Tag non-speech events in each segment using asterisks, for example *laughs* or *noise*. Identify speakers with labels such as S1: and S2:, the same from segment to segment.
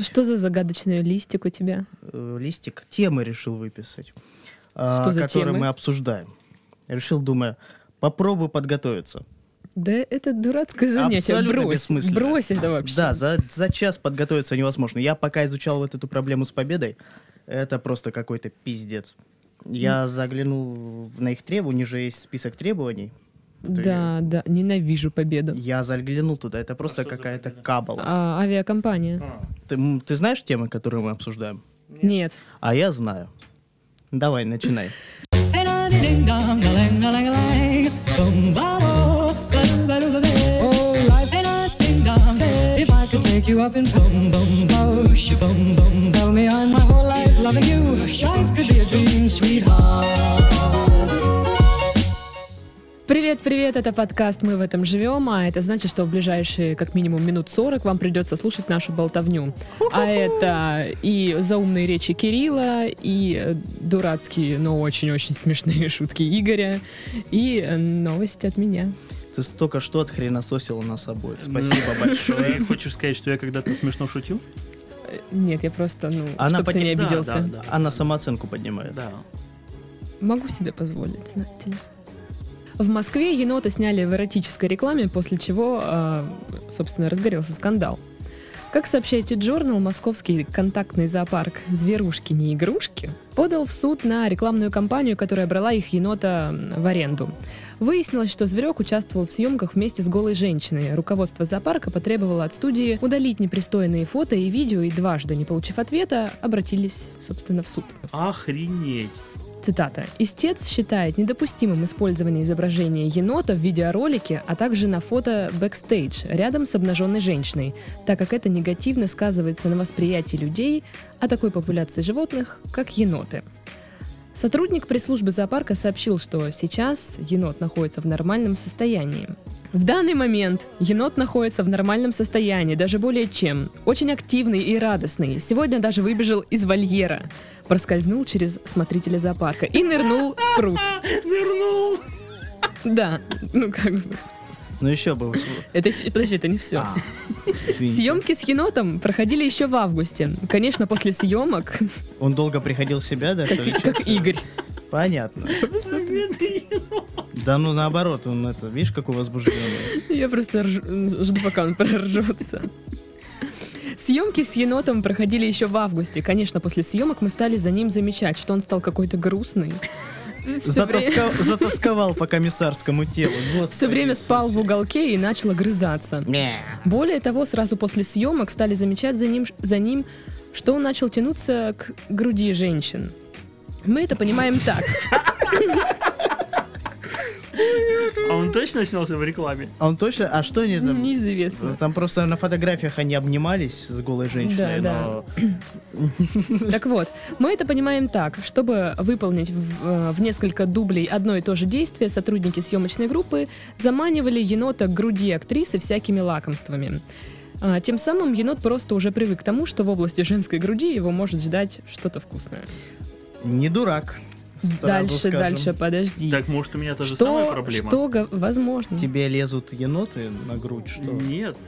S1: Что за загадочный листик у тебя?
S2: э, листик темы решил выписать,
S1: Что
S2: а,
S1: за
S2: которые
S1: темы?
S2: мы обсуждаем. Решил, думаю, попробую подготовиться.
S1: Да это дурацкое занятие.
S2: Абсолютно
S1: Брось.
S2: бессмысленно.
S1: Брось это вообще.
S2: Да, за, за час подготовиться невозможно. Я пока изучал вот эту проблему с победой, это просто какой-то пиздец. Я заглянул в- на их требования, у них же есть список требований. Ты-
S1: Да, да, ненавижу победу.
S2: Я заглянул туда, это просто
S3: А что за
S2: какая-то
S3: победа?
S2: кабала.
S1: А, авиакомпания?
S3: А,
S2: Ты, м, ты знаешь темы, которые мы обсуждаем?
S1: Нет.
S2: А я знаю. Давай, начинай.
S4: Oh, life ain't a ding dong. If I could take you up in boom boom boosh, boom boom, tell me I'm my whole life loving you. Life could be a dream, sweetheart.
S1: Привет, привет, это подкаст «Мы в этом живем», а это значит, что в ближайшие как минимум минут 40 вам придется слушать нашу болтовню. А это и заумные речи Кирилла, и э, дурацкие, но очень-очень смешные *laughs* шутки Игоря, и э, новости от меня.
S2: Ты столько что отхренососила нас обоих. Спасибо большое.
S3: Ты хочешь сказать, что я когда-то смешно шутил?
S1: Э, Нет, я просто, ну,
S2: Она
S1: чтоб ты не
S2: потеря-
S3: да,
S1: обиделся.
S3: да.
S2: Она самооценку поднимает.
S3: Да.
S1: Могу себе позволить, знаете ли. В Москве енота сняли в эротической рекламе, после чего, э, собственно, разгорелся скандал. Как сообщает T-Journal, московский контактный зоопарк «Зверушки, не игрушки» подал в суд на рекламную компанию, которая брала их енота в аренду. Выяснилось, что зверек участвовал в съемках вместе с голой женщиной. Руководство зоопарка потребовало от студии удалить непристойные фото и видео, и дважды, не получив ответа, обратились, собственно, в суд.
S3: Охренеть.
S1: Цитата. «Истец считает недопустимым использование изображения енота в видеоролике, а также на фото бэкстейдж рядом с обнаженной женщиной, так как это негативно сказывается на восприятии людей о такой популяции животных, как еноты». Сотрудник пресс-службы зоопарка сообщил, что сейчас енот находится в нормальном состоянии. В данный момент енот находится в нормальном состоянии, даже более чем. Очень активный и радостный. Сегодня даже выбежал из вольера проскользнул через смотрителя зоопарка и нырнул в пруд.
S3: Нырнул.
S1: Да, ну как бы.
S2: Ну еще бы.
S1: *laughs* Это, щ- подожди, это не все.
S2: А, *laughs* извините.
S1: Съемки с енотом проходили еще в августе. Конечно, после съемок,
S2: Он долго приходил в себя, да, что ли?
S1: *laughs* как Игорь.
S2: Понятно. Да ну наоборот, он это, видишь, какой
S1: *laughs*
S2: возбужденный.
S1: Я просто рж- жду, пока он проржется. Съемки с енотом проходили еще в августе. Конечно, после съемок мы стали за ним замечать, что он стал какой-то грустный. Все время, *laughs*
S2: Затаска- Затасковал по комиссарскому телу.
S1: всё время спал в уголке и начал огрызаться. Более того, сразу после съемок стали замечать за ним, за ним, что он начал тянуться к груди женщин. Мы это понимаем так.
S2: *laughs*
S3: А он точно снялся в рекламе?
S2: А он точно... А что они там... Э,
S1: Неизвестно.
S2: Там просто на фотографиях они обнимались с голой женщиной,
S1: Да,
S2: но... *laughs*
S1: Так вот, мы это понимаем так. Чтобы выполнить в, э, в несколько дублей одно и то же действие, сотрудники съемочной группы заманивали енота к груди актрисы всякими лакомствами. А, Тем самым енот просто уже привык к тому, что в области женской груди его может ждать что-то вкусное.
S2: Не дурак. сразу
S1: дальше,
S2: скажем.
S1: дальше, подожди.
S3: Так, может, у меня та же
S1: что,
S3: самая проблема?
S1: Что, го- возможно.
S2: Тебе лезут еноты на грудь, что?
S3: Нет.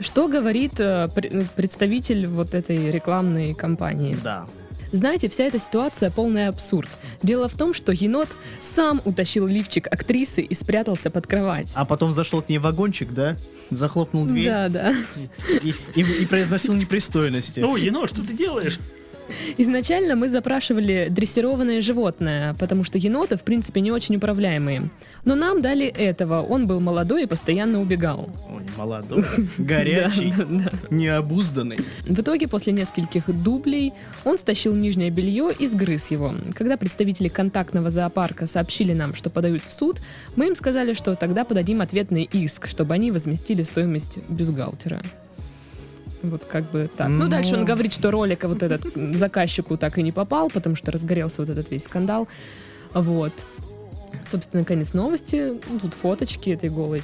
S1: Что говорит э, пр- представитель вот этой рекламной кампании?
S2: Да.
S1: Знаете, вся эта ситуация полный абсурд. Дело в том, что енот сам утащил лифчик актрисы и спрятался под кровать.
S2: А потом зашел к ней в вагончик, да? Захлопнул дверь
S1: Да, да.
S2: и, и- и произносил непристойности.
S3: Ну, Ено, что ты делаешь?
S1: Изначально мы запрашивали дрессированное животное, потому что еноты, в принципе, не очень управляемые. Но нам дали этого. Он был молодой и постоянно убегал.
S2: Ой, молодой, горячий,
S1: *laughs* Да, да, да.
S2: необузданный.
S1: В итоге, после нескольких дублей, он стащил нижнее белье и сгрыз его. Когда представители контактного зоопарка сообщили нам, что подают в суд, мы им сказали, что тогда подадим ответный иск, чтобы они возместили стоимость бюстгальтера. Вот как бы так. Ну,
S2: Ну.
S1: дальше он говорит, что ролик вот этот м, заказчику так и не попал, потому что разгорелся вот этот весь скандал. Вот. Собственно, конец новости. Ну, Тут фоточки этой голой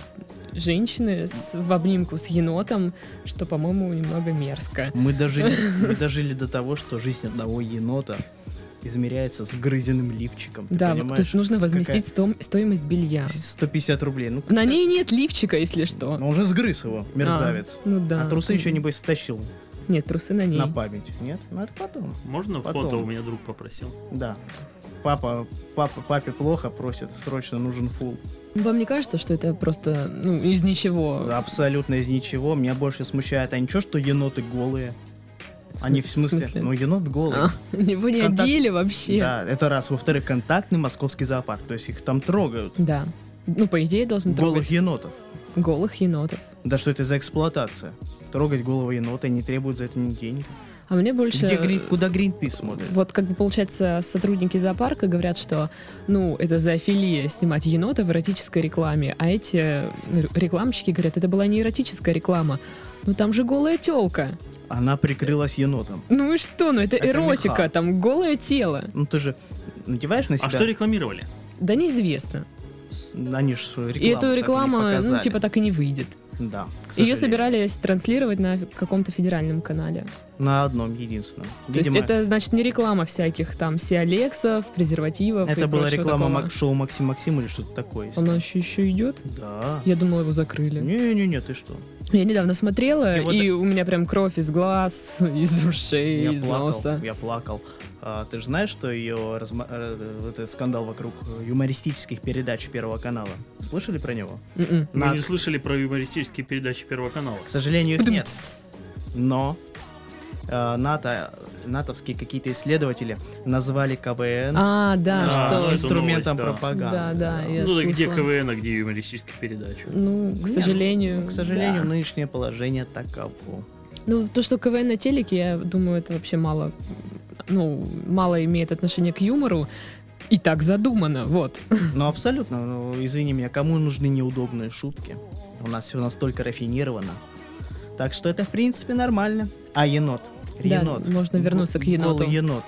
S1: женщины с- в обнимку с енотом, что, по-моему, немного мерзко.
S2: Мы дожили, мы дожили до того, что жизнь одного енота измеряется с грызенным лифчиком. Ты
S1: да, вот, то
S2: понимаешь?
S1: есть ну, нужно возместить стоим- стоимость белья.
S2: 150 рублей. Ну,
S1: На ней нет лифчика, если что.
S2: но уже сгрыз его, мерзавец.
S1: А, ну да.
S2: А трусы еще, небось, стащил.
S1: Нет, трусы на ней.
S2: На память. Нет? Ну, это потом.
S3: Можно
S2: Потом.
S3: фото у меня друг попросил?
S2: Да. Папа, папа, папе плохо просит, срочно нужен фул.
S1: Вам не кажется, что это просто ну, из ничего?
S2: Абсолютно из ничего. Меня больше смущает, а ничего, что еноты голые. Они в смысле? Ну, енот голый.
S1: А, *laughs* его не
S2: Контакт-
S1: одели вообще.
S2: Да, это раз. Во-вторых, контактный московский зоопарк. То есть их там трогают.
S1: Да. Ну, по идее, должен
S2: Голых
S1: трогать
S2: енотов.
S1: голых енотов.
S2: Да что это за эксплуатация? Трогать голову енота и не требуют за это ни денег.
S1: А мне больше...
S2: Где Грин- куда Гринпис смотрит?
S1: Вот как бы получается, сотрудники зоопарка говорят, что ну это зоофилия снимать енота в эротической рекламе, а эти р- рекламщики говорят, это была не эротическая реклама. Ну там же голая телка.
S2: Она прикрылась енотом.
S1: Ну и что? Ну это,
S2: Это
S1: эротика,
S2: меха.
S1: там голое тело.
S2: Ну ты же надеваешь на себя...
S3: А что рекламировали?
S1: Да неизвестно.
S2: С- Они ж свою
S1: И
S2: рекламу
S1: эту рекламу, ну, типа, так и не выйдет.
S2: Да, к
S1: Ее
S2: сожалению.
S1: собирались транслировать на каком-то федеральном канале.
S2: На одном единственном.
S1: То есть
S2: Видимо,
S1: это, значит, не реклама всяких там сиалексов, презервативов. и
S2: это была
S1: прочего
S2: реклама
S1: такого.
S2: Мак- шоу Максим Максим или что-то такое. если-
S1: Она еще, еще идет?
S2: Да.
S1: Я думала, его закрыли.
S2: Не-не-не, ты что?
S1: Я недавно смотрела, и,
S2: И вот-
S1: у меня прям кровь из глаз, *laughs* из ушей,
S2: Я
S1: из
S2: плакал.
S1: носа.
S2: Я плакал. А, ты же знаешь, что ее этот скандал вокруг юмористических передач Первого канала? Слышали про него?
S1: Мгм.
S3: Мы
S2: На-
S3: не слышали про юмористические передачи Первого канала.
S2: К сожалению, их
S1: Бдум,
S2: нет.
S1: тс.
S2: Но э, НАТО, натовские какие-то исследователи назвали КВН
S1: А,
S3: Да,
S1: да,
S3: ну,
S1: что...
S3: это
S2: инструментом
S3: новость, да.
S2: пропаганды.
S1: Да, да, я
S3: Ну, да где
S1: слышала.
S3: КВН, а где юмористические передачи?
S1: Ну, к
S2: Не,
S1: сожалению...
S2: ну, К сожалению,
S1: да.
S2: нынешнее положение таково.
S1: Ну, то, что КВН на телеке, я думаю, это вообще мало... Ну, мало имеет отношение к юмору. И так задумано, вот.
S2: Ну, абсолютно. Ну, извини меня, кому нужны неудобные шутки? У нас все настолько рафинировано. Так что это, в принципе, нормально. А енот?
S1: Да,
S2: Енот.
S1: можно вернуться к
S2: Голый
S1: еноту.
S2: енот.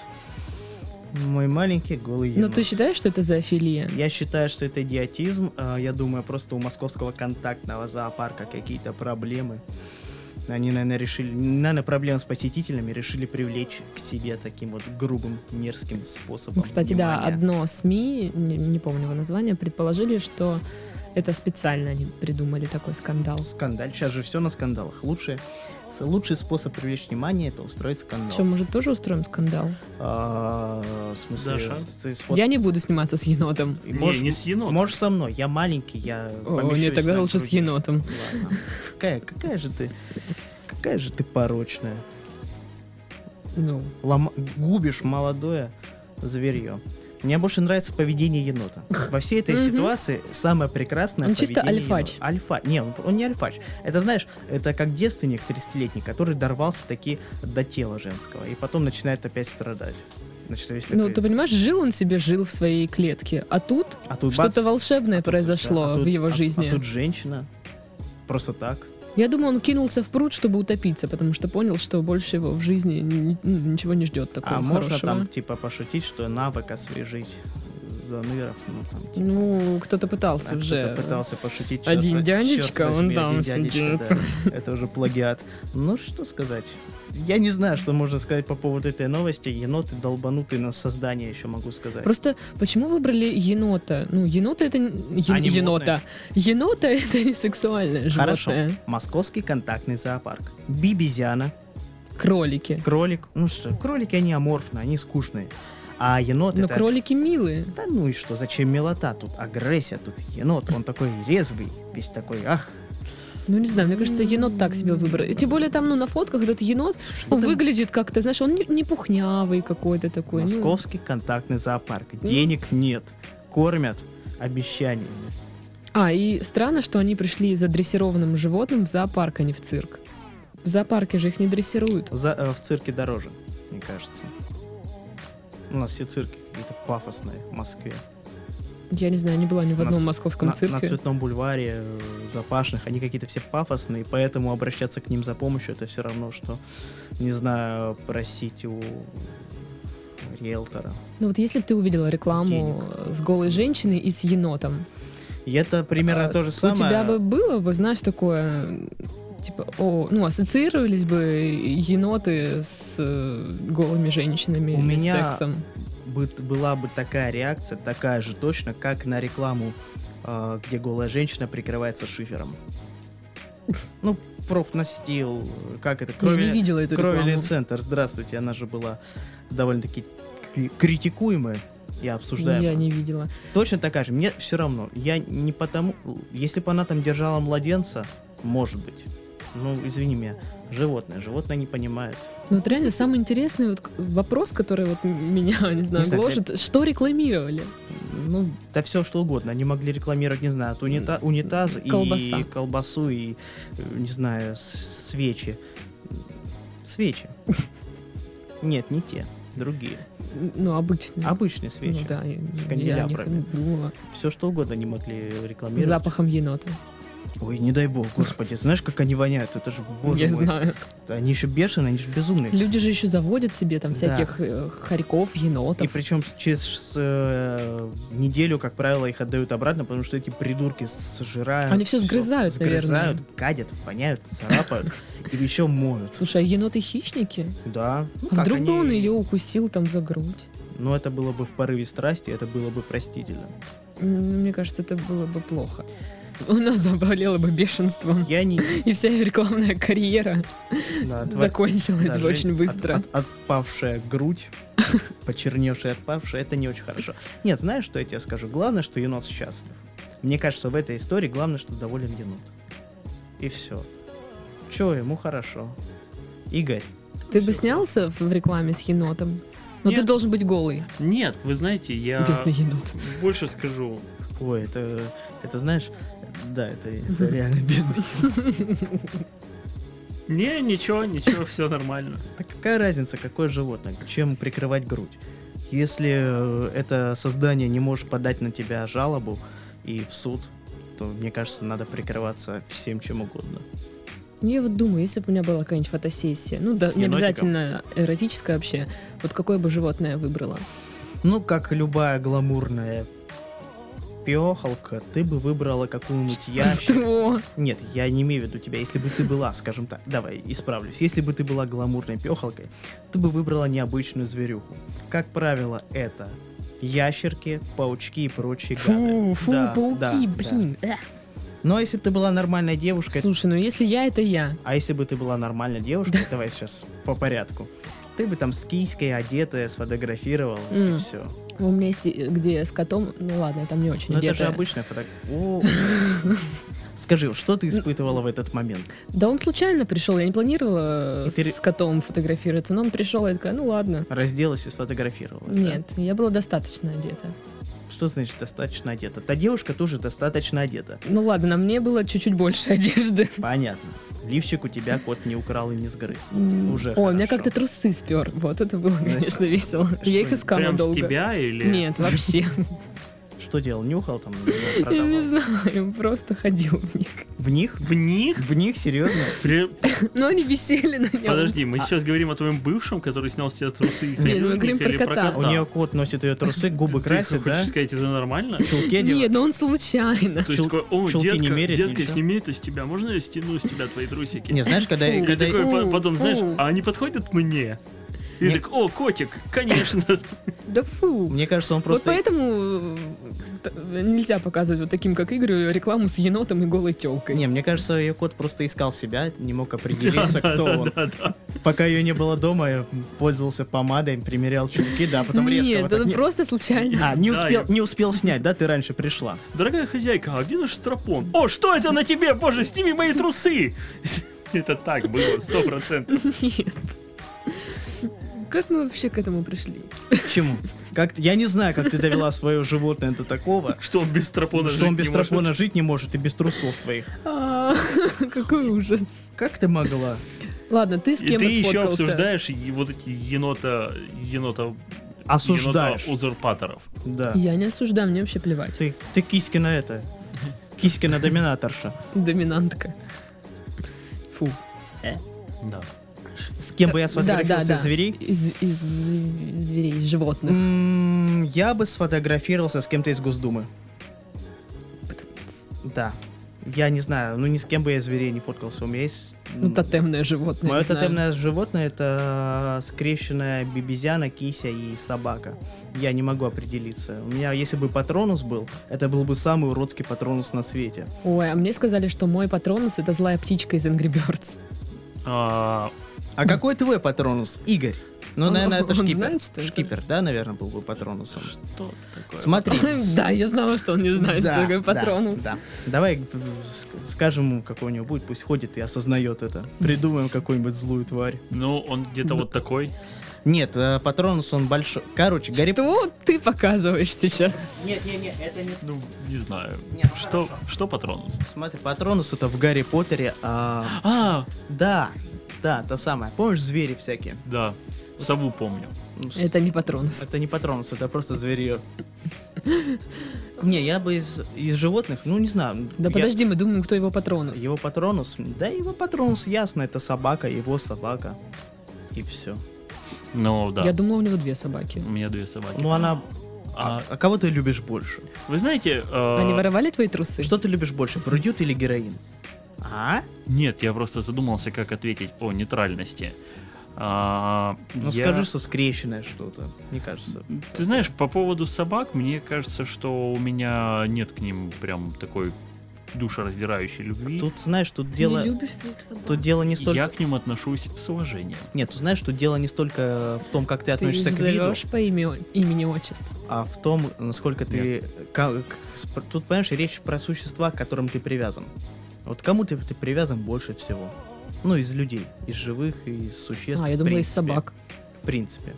S2: Мой маленький голый енот.
S1: Но ты считаешь, что это зоофилия?
S2: Я считаю, что это идиотизм. А, Я думаю, просто у московского контактного зоопарка какие-то проблемы. Они, наверное, решили... Наверное, проблемы с посетителями решили привлечь к себе таким вот грубым, мерзким способом
S1: Ну, Кстати, да,
S2: внимания.
S1: одно СМИ, не, не помню его название, предположили, что это специально они придумали такой скандал.
S2: Скандаль. Сейчас же все на скандалах. Лучший, с- лучший способ привлечь внимание это устроить скандал.
S1: Что, может, тоже устроим скандал?
S2: А, в смысле,
S3: Даша?
S2: ты с- вот-
S1: Я не буду сниматься с енотом.
S2: и можешь,
S3: не, не с енотом.
S2: можешь со мной, я маленький, я
S1: О,
S2: помещусь
S1: нет, тогда
S2: на
S1: лучше с
S2: груди.
S1: енотом.
S2: Ладно. Какая, какая же ты, какая же ты порочная.
S1: Ну,
S2: Лома- губишь молодое зверье. Мне больше нравится поведение енота. Во всей этой
S1: Мгм.
S2: ситуации самое прекрасное
S1: Он чисто
S2: поведение
S1: альфач.
S2: енота. Альфа. Не, он, он не альфач. Это, знаешь, это как девственник 30-летний, который дорвался таки до тела женского. И потом начинает опять страдать. Значит, весь
S1: ну
S2: такой-
S1: ты понимаешь, жил он себе, жил в своей клетке. А тут
S2: а тут бац,
S1: что-то волшебное
S2: а тут-
S1: произошло
S2: а тут-
S1: в его
S2: а-
S1: жизни.
S2: А тут женщина. Просто так.
S1: Я думаю, он кинулся в пруд, чтобы утопиться, потому что понял, что больше его в жизни ни- ну, ничего не ждет такого
S2: а можно
S1: хорошего.
S2: там типа пошутить, что навык освежить заныров. Ну, там, типа,
S1: Ну, кто-то пытался
S2: А
S1: уже.
S2: кто-то пытался пошутить. чёрт
S1: Один
S2: во-
S1: дядечка,
S2: чёрт
S1: он
S2: возьми,
S1: там
S2: один дядечка, да. Это уже плагиат. Ну, что сказать? Я не знаю, что можно сказать по поводу этой новости. Еноты долбанутые на создание, еще могу сказать.
S1: Просто почему выбрали енота? Ну, енота это не- е-
S2: Они
S1: енота. Енота это не сексуальное
S2: Хорошо.
S1: животное.
S2: Московский контактный зоопарк. Бибизяна,
S1: Кролики.
S2: кролик. Ну что, кролики, они аморфны, они скучные. А енот
S1: Но
S2: это...
S1: кролики милые.
S2: Да ну и что, зачем милота? Тут агрессия, тут енот. Он такой резвый, весь такой, ах.
S1: Ну, не знаю, мне кажется, енот так себе выбрал. И Тем более там, ну, на фотках этот енот
S2: Слушай, ну
S1: он
S2: это
S1: выглядит как-то, знаешь, он не, не пухнявый какой-то такой. ну.
S2: Московский контактный зоопарк. Денег нет. Кормят обещаниями.
S1: А, и странно, что они пришли за дрессированным животным в зоопарк, а не в цирк. В зоопарке же их не дрессируют.
S2: За- э, в цирке дороже, мне кажется. У нас все цирки какие-то пафосные в Москве.
S1: Я не знаю, не была ни в
S2: На
S1: одном
S2: ц-
S1: московском
S2: На,
S1: цирке.
S2: на Цветном бульваре, э, Запашных, они какие-то все пафосные, поэтому обращаться к ним за помощью это все равно, что, не знаю, просить у риэлтора.
S1: Ну вот если бы ты увидела рекламу э, с голой женщиной и с енотом,
S2: И это примерно
S1: А,
S2: то же
S1: у
S2: самое.
S1: тебя бы было бы, знаешь, такое, э, типа, о, ну, ассоциировались бы еноты с э, голыми женщинами
S2: У
S1: или с
S2: меня-
S1: сексом?
S2: бы- была бы такая реакция, такая же точно, как на а, рекламу, э, где голая женщина прикрывается шифером. Ну, профнастил, как это,
S1: Я не
S2: крови,
S1: видела эту
S2: крови
S1: рекламу.
S2: центр. Здравствуйте, она же была довольно-таки кри- критикуемая и обсуждаемая.
S1: Я не видела.
S2: Точно такая же. Мне все равно. Я не потому... Если бы она там держала младенца, может быть. Ну, извини меня. Животное. Животное не понимает.
S1: Ну вот реально самый интересный вот к- вопрос, который вот м- *laughs* меня, не знаю,
S2: Не знаю,
S1: гложет, что рекламировали?
S2: Ну, да все что угодно. Они могли рекламировать, не знаю, от унита- унитаз
S1: Колбаса.
S2: и колбасу, и, э, не знаю, с- свечи. Свечи. Нет, не те. Другие.
S1: Н- Ну, обычные.
S2: Обычные свечи.
S1: Ну да, я,
S2: С
S1: я о них
S2: канделябрами.
S1: думала.
S2: Все что угодно они могли рекламировать.
S1: Запахом енота.
S2: Ой, не дай бог, господи. Знаешь, как они воняют? Это же, боже
S1: я
S2: мой.
S1: знаю.
S2: Они еще бешеные, они же безумные.
S1: Люди же еще заводят себе там
S2: Да.
S1: всяких э, хорьков,
S2: И
S1: енотов.
S2: причем через э, неделю, как правило, их отдают обратно, потому что эти придурки сжирают.
S1: Они всё
S2: всё,
S1: сгрызают,
S2: Сгрызают, гадят, воняют,
S1: *laughs*
S2: царапают и еще моют.
S1: Слушай, а еноты хищники?
S2: Да. Ну,
S1: А
S2: как
S1: вдруг бы
S2: они-
S1: он ее укусил там за грудь?
S2: Ну, это было бы в порыве страсти, это было бы простительно.
S1: М, Мне кажется, это было бы плохо. У нас заболела бы бешенством.
S2: Я не...
S1: И вся ее рекламная карьера *laughs*
S2: да, тва-
S1: закончилась
S2: да,
S1: бы
S2: жизнь
S1: очень
S2: от-
S1: быстро.
S2: от- отпавшая грудь, почерневшая отпавшая, это не очень хорошо. Нет, знаешь, что я тебе скажу? Главное, что енот счастлив. Мне кажется, в этой истории главное, что доволен енот. И все. Че, ему хорошо. Игорь.
S1: Ты бы
S2: всё.
S1: снялся в в рекламе с енотом? Но ты
S3: Нет.
S1: должен быть голый.
S3: Нет, вы знаете, я
S1: Бедный енот.
S3: больше скажу.
S2: Ой, это, это знаешь, да, это, это реально бедный.
S3: Не, ничего, ничего, все нормально.
S2: Да какая разница, какое животное, чем прикрывать грудь? Если э, это создание не может подать на тебя жалобу и в суд, то, мне кажется, надо прикрываться всем чем угодно.
S1: Ну, я вот думаю, если бы у меня была какая-нибудь фотосессия, ну,
S2: С
S1: да, не
S2: енотиком?
S1: обязательно эротическая вообще, вот какое бы животное я выбрала?
S2: Ну, как любая гламурная пехалка, ты бы выбрала какую-нибудь ящерицу.
S1: Что?
S2: Нет, я не имею в виду тебя. Если бы ты была, скажем так, давай, исправлюсь. Если бы ты была гламурной пехалкой, ты бы выбрала необычную зверюху. Как правило, это ящерки, паучки и прочие
S1: Фу,
S2: гады.
S1: фу,
S2: Да, да,
S1: пауки,
S2: да.
S1: блин. Э.
S2: Но если бы ты была нормальной девушкой,
S1: Слушай, ну если я, это я.
S2: а если бы ты была нормальной девушкой, давай сейчас по порядку, ты бы там с киськой одетая сфотографировалась
S1: М.
S2: и все.
S1: У меня есть, э, где я с котом, ну ладно, я там не очень
S2: Ну это же
S1: одетая. *laughs*
S2: обычная фотография. Скажи, что ты испытывала в этот момент?
S1: Да он случайно пришел, я не планировала э,
S2: И ты
S1: с котом фотографироваться, но он пришел, я такая, ну ладно.
S2: Разделась и сфотографировалась? да?
S1: Нет, я была достаточно одета.
S2: Что значит достаточно одета? Та девушка тоже достаточно одета.
S1: Ну ладно, на мне было чуть-чуть больше *laughs* одежды.
S2: Понятно. Лифчик у тебя кот не украл и не сгрыз.
S1: М,
S2: Уже
S1: О, у меня
S2: хорошо.
S1: как-то трусы спер. Вот это было,
S2: Настя,
S1: конечно, весело.
S2: что,
S1: Я их искала
S3: Прям
S1: долго.
S3: с тебя
S2: *laughs*
S3: или...
S1: Нет, вообще.
S2: Что делал? Нюхал там? ну,
S1: *laughs* Я
S2: продавал?
S1: не знаю, просто ходил в них.
S2: В них?
S3: В них?
S2: В них?
S3: *laughs*
S2: Серьезно?
S3: При-
S1: Но они висели на нем.
S3: Подожди, мы
S2: А-
S3: сейчас говорим о твоем бывшем, который снял с тебя трусы и
S1: Нет, мы
S3: ходил в
S1: говорим
S3: них,
S1: про
S3: или
S1: кота.
S2: А У нее кот носит ее
S3: *laughs*
S2: трусы, губы
S3: Ты
S2: красит,
S3: хочешь
S2: да?
S3: сказать, это нормально?
S2: Чулки
S1: Нет,
S2: делает.
S1: но он случайно.
S3: То есть,
S2: Чул-
S3: такой, о,
S2: чулки не
S3: детка,
S2: мерят,
S3: детка,
S2: ничего?
S3: сними это с тебя. Можно я стяну с тебя твои трусики?
S2: Не, знаешь, когда...
S1: Фу.
S3: И
S2: когда-
S3: такой по-
S1: Фу,
S3: потом,
S1: фу.
S3: знаешь, а они подходят мне? И
S2: Нет.
S3: так, о, котик, конечно. *laughs*
S1: Да фу.
S2: Мне кажется, он
S1: Вот
S2: просто...
S1: поэтому э, т- нельзя показывать вот таким, как Игорю, рекламу с енотом и голой телкой.
S2: Не, мне кажется, ее кот просто искал себя, не мог определиться, кто
S3: Да,
S2: он.
S3: да, да.
S2: Пока ее не было дома, я пользовался помадой, примерял чулки, да, а потом ну, резко
S1: Нет,
S2: вот
S1: это
S2: так не-
S1: просто случайно.
S2: А, не
S3: Да,
S2: успел,
S3: я-
S2: не успел снять, да, ты раньше пришла.
S3: Дорогая хозяйка, а где наш стропон? О, что это на тебе? Боже, сними мои трусы! *laughs* Это так было, сто процентов.
S1: Нет. Как мы вообще к этому пришли?
S2: К Чему? Как, я не знаю, как ты довела свое животное до такого,
S3: Что он без стропона
S2: что
S3: жить
S2: он без
S3: не может.
S2: тропона жить не может и без трусов твоих.
S1: А, *laughs* Какой ужас.
S2: Как ты могла?
S1: Ладно, ты с
S3: И
S1: кем
S3: ты еще
S1: сфоткался?
S3: обсуждаешь и вот эти енота... енота...
S2: Осуждаешь.
S3: енота узурпаторов.
S2: Да.
S1: Я не осуждаю, мне вообще плевать.
S2: Ты, ты Киськина это, Киськина доминаторша.
S1: Доминантка. Фу.
S3: Да.
S2: С кем бы
S1: Да,
S2: я
S1: да,
S2: сфотографировался
S1: да.
S2: из зверей?
S1: Из, из, э, зверей, из животных.
S2: М, Я бы сфотографировался с кем-то из Госдумы. Да. Я не знаю, ну ни с кем бы я зверей не фоткался. У меня есть...
S1: Ну, тотемное животное.
S2: Мое
S1: не знаю.
S2: тотемное животное это а, скрещенная бибизяна, кися и собака. Я не могу определиться. У меня, если бы патронус был, это был бы самый уродский патронус на свете.
S1: Ой, а мне сказали, что мой патронус это злая птичка из Angry Birds. *laughs*
S3: А,
S2: А какой твой патронус, Игорь? Ну,
S1: Он-
S2: наверное, это
S1: он
S2: шкипер.
S1: знает, что это?
S2: шкипер, да, наверное, был бы патронусом.
S3: Что такое?
S2: Смотри.
S1: Да, я знала, что он не знает, что
S2: Да,
S1: такое
S2: да,
S1: патронус.
S2: да. Давай э, ск- скажем ему, какой у него будет, пусть ходит и осознает это. Придумаем какую-нибудь злую тварь.
S3: Ну, он где-то вот такой.
S2: Нет, э, патронус он большой. Короче, Гарри...
S1: Что ты показываешь сейчас?
S2: Нет, нет, нет, это не...
S3: Ну, не знаю.
S2: Нет, ну
S3: Что, что патрон?
S2: Смотри, патронус это в Гарри Поттере. а,
S3: А,
S2: Да, да, та самая. Помнишь звери всякие?
S3: да. Сову помню.
S2: Ну, с-
S1: Это не патронус.
S2: это не патронус, это просто зверье. *laughs* Не, я бы из, из животных, ну не знаю.
S1: Да
S2: я-
S1: подожди, мы думаем, кто его патронус.
S2: Его патронус, да его патронус, ясно, это собака, его собака. И все.
S3: Ну, да.
S1: Я думала, у него две собаки.
S3: У меня две собаки.
S2: Ну она...
S3: А,
S2: А кого ты любишь больше?
S3: вы знаете... э,
S1: Они воровали твои трусы?
S2: А, Что ты любишь больше, брудют или героин? А?
S3: Нет, я просто задумался, как ответить по нейтральности. А,
S2: Ну
S3: я-
S2: скажи, что скрещенное что-то, мне кажется.
S3: Ты знаешь, по поводу собак, мне кажется, что у меня нет к ним прям такой душераздирающей любви.
S2: Тут, знаешь, тут дело...
S1: любишь своих собак?
S2: Тут дело не столько...
S3: Я к ним отношусь с уважением.
S2: Нет, тут знаешь, тут дело не столько в том, как ты
S1: Ты их
S2: относишься к виду,
S1: зовешь по имени, имени отчеству.
S2: а в том, насколько ты... ка- к- сп- Тут, понимаешь, речь про существа, к которым ты привязан. Вот к кому ты, ты привязан больше всего? Ну, из людей, из живых, из существ.
S1: А, я
S2: в
S1: думала, из
S2: принципе.
S1: собак.
S2: В принципе.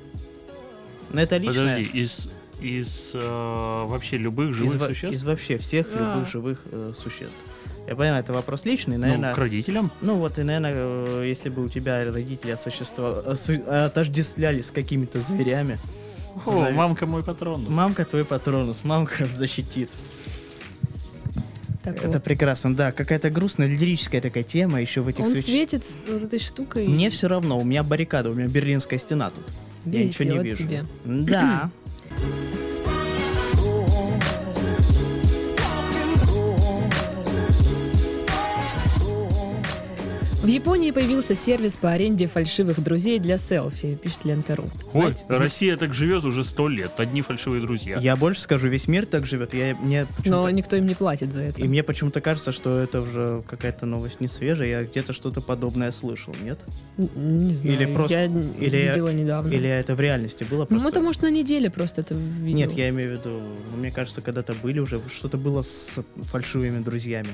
S2: Но это личное.
S3: Подожди, из, из э, вообще любых живых
S2: из, во-
S3: существ?
S2: из вообще всех
S1: Да.
S2: любых живых э, существ. Я понимаю, это вопрос личный,
S3: Ну,
S2: наверное.
S3: к родителям?
S2: Ну вот и, наверное, э, если бы у тебя родители осущество... осу- отождествлялись с какими-то зверями,
S3: О,
S2: Наверное.
S3: мамка мой патрон.
S2: мамка твой патронус, мамка *laughs* защитит.
S1: Так
S2: Это
S1: вот.
S2: прекрасно, да. Какая-то грустная лирическая такая тема еще в этих
S1: Он
S2: свеч-
S1: светит с вот этой штукой.
S2: Мне все равно, у меня баррикада, у меня берлинская стена тут. я
S1: Видите,
S2: ничего не
S1: вот
S2: вижу.
S1: тебе.
S2: Да.
S1: В Японии появился сервис по аренде фальшивых друзей для селфи, пишет Лента.ру.
S3: Ой,
S2: знаете-
S3: Россия так живет уже сто лет. Одни фальшивые друзья.
S2: Я больше скажу, весь мир так живет. Я, мне почему-то-
S1: Но никто им не платит за это.
S2: И мне почему-то кажется, что это уже какая-то новость не свежая. Я где-то что-то подобное слышал, нет?
S1: Н- Не знаю,
S2: Или просто-
S1: я н-
S2: или-
S1: видела недавно.
S2: Или это в реальности было
S1: Ну,
S2: просто?
S1: это, может, на неделе просто это видео.
S2: Нет, я имею в виду, ну, мне кажется, когда-то были уже, что-то было с фальшивыми друзьями.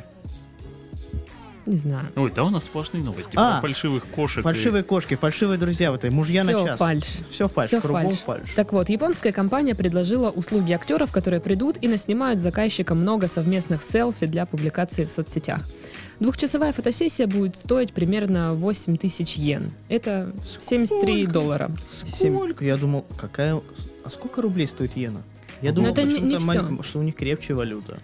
S1: Не знаю.
S3: Ой, да у нас сплошные новости
S2: А,
S3: про фальшивых кошек. и-
S2: Фальшивые кошки, фальшивые друзья, вот и мужья на
S1: Всё,
S2: час.
S1: фальш.
S2: Все фальш,
S1: Всё
S2: кругом
S1: фальш.
S2: фальш.
S1: Так вот, японская компания предложила услуги актеров, которые придут и наснимают заказчика много совместных селфи для публикации в соцсетях. Двухчасовая фотосессия будет стоить примерно 8 тысяч йен. Это 73
S3: Сколько?
S1: доллара.
S2: Семь- Я думал, какая... А сколько рублей стоит иена? Я
S3: Ну,
S2: думал,
S1: это не- не
S2: почему-то ман- что у них крепче валюта.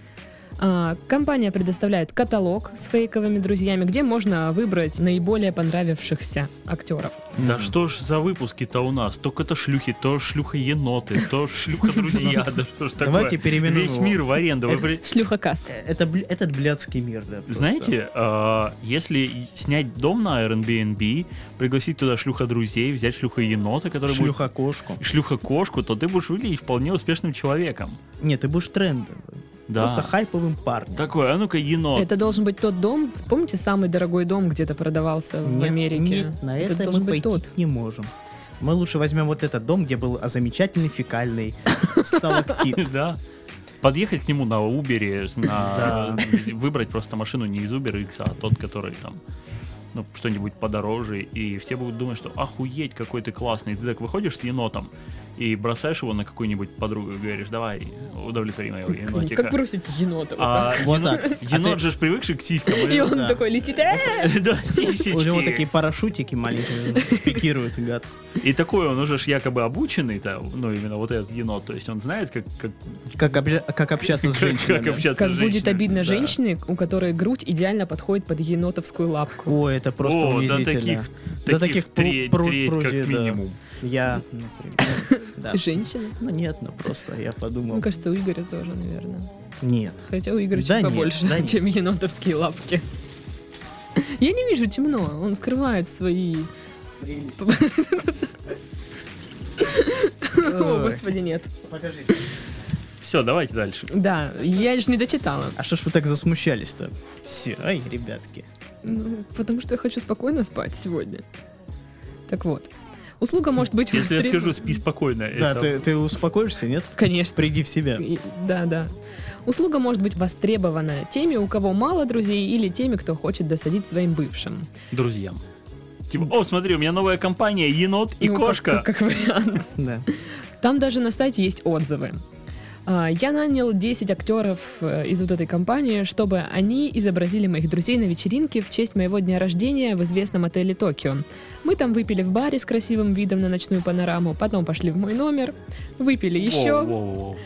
S1: А, Компания предоставляет каталог с фейковыми друзьями, где можно выбрать наиболее понравившихся актеров.
S3: Да что ж за выпуски-то у нас? Только то шлюхи, то шлюха еноты, то шлюха друзья.
S2: *laughs*
S3: Да что ж такое?
S2: Давайте переименуем
S3: Весь
S2: его.
S3: мир в аренду. Вы
S2: Это-
S3: при-
S1: Шлюхокаст.
S2: Э, Это, бл- этот блядский мир, да. просто.
S3: Знаете, а, если и- снять дом на Airbnb, пригласить туда шлюха друзей, взять шлюха енота, который будет
S2: Шлюха-кошку.
S3: шлюха кошку, то ты будешь выглядеть вполне успешным человеком.
S2: Нет, ты будешь трендовым.
S3: Да.
S2: Просто хайповым парнем.
S3: Такой, а ну-ка, енот. *laughs*
S1: Это должен быть тот дом, помните, самый дорогой дом где-то продавался в
S2: Нет,
S1: Америке?
S2: нет, на
S1: это
S2: это, мы
S1: должен
S2: пойти
S1: быть тот.
S2: не можем. Мы лучше возьмем вот этот дом, где был а, замечательный фекальный
S1: *laughs*
S2: сталактит.
S3: Да. Подъехать к нему на Uber, с- на-
S2: *laughs* Да.
S3: выбрать просто машину не из Uber X, а тот, который там ну, что-нибудь подороже, и все будут думать, что охуеть, какой ты классный. И ты так выходишь с енотом и бросаешь его на какую-нибудь подругу и говоришь, давай, удовлетвори моего
S1: Как
S3: енотика.
S1: бросить енота? вот
S3: А
S2: Вот
S3: енот-
S2: так. А
S3: енот
S2: ты-
S3: же ж привыкший к сиськам.
S1: так? И он
S2: да.
S1: такой летит. «Э!» *laughs*
S3: *laughs* Да,
S2: У него такие
S3: сисечки.
S2: парашютики маленькие ну, пикируют, гад.
S3: И такой он уже ж якобы обученный, то ну именно вот этот енот, то есть он знает, как, как,
S2: Как, обжа- как общаться с
S3: *laughs* как- как
S2: женщинами.
S3: общаться
S1: Как
S3: с
S1: будет
S3: женщинами.
S1: обидно
S2: да.
S1: женщине, у которой грудь идеально подходит под енотовскую лапку.
S2: О, это просто
S3: О, да
S2: унизительно.
S3: таких,
S2: Да
S3: таких
S2: таких пру-
S3: треть,
S2: пру-
S3: треть
S2: пруди,
S3: как
S2: да.
S3: минимум.
S2: Я, например, да.
S1: Женщина?
S2: Ну нет, ну просто я подумал.
S1: Мне кажется, у Игоря тоже, наверное.
S2: Нет.
S1: Хотя у Игоря
S2: Да
S1: чуть
S2: нет,
S1: побольше, *laughs*
S2: да нет.
S1: чем енотовские лапки. Я не вижу темно, он скрывает свои... О, господи, нет.
S2: Покажите.
S3: Все, давайте дальше.
S1: Да, я же не дочитала.
S2: А что ж вы так засмущались-то? Все, ай, ребятки.
S1: Ну, потому что я хочу спокойно спать сегодня. Так вот. Услуга может быть...
S3: Если я
S1: востреб-
S3: скажу спи спокойно,
S2: Да,
S3: это-
S2: ты, ты успокоишься, нет?
S1: Конечно.
S2: Приди в себя.
S1: И- Да, да. Услуга может быть востребована теми, у кого мало друзей, или теми, кто хочет досадить своим бывшим.
S3: друзьям. Типа, о, смотри, у меня новая компания, енот и
S1: Ну, как-
S3: кошка.
S1: Как, как вариант.
S2: Да.
S1: Там даже на сайте есть отзывы. А, Я нанял 10 актеров э, из вот этой компании, чтобы они изобразили моих друзей на вечеринке в честь моего дня рождения в известном отеле Токио. Мы там выпили в баре с красивым видом на ночную панораму, потом пошли в мой номер, выпили еще,
S3: Воу, воу, воу, воу.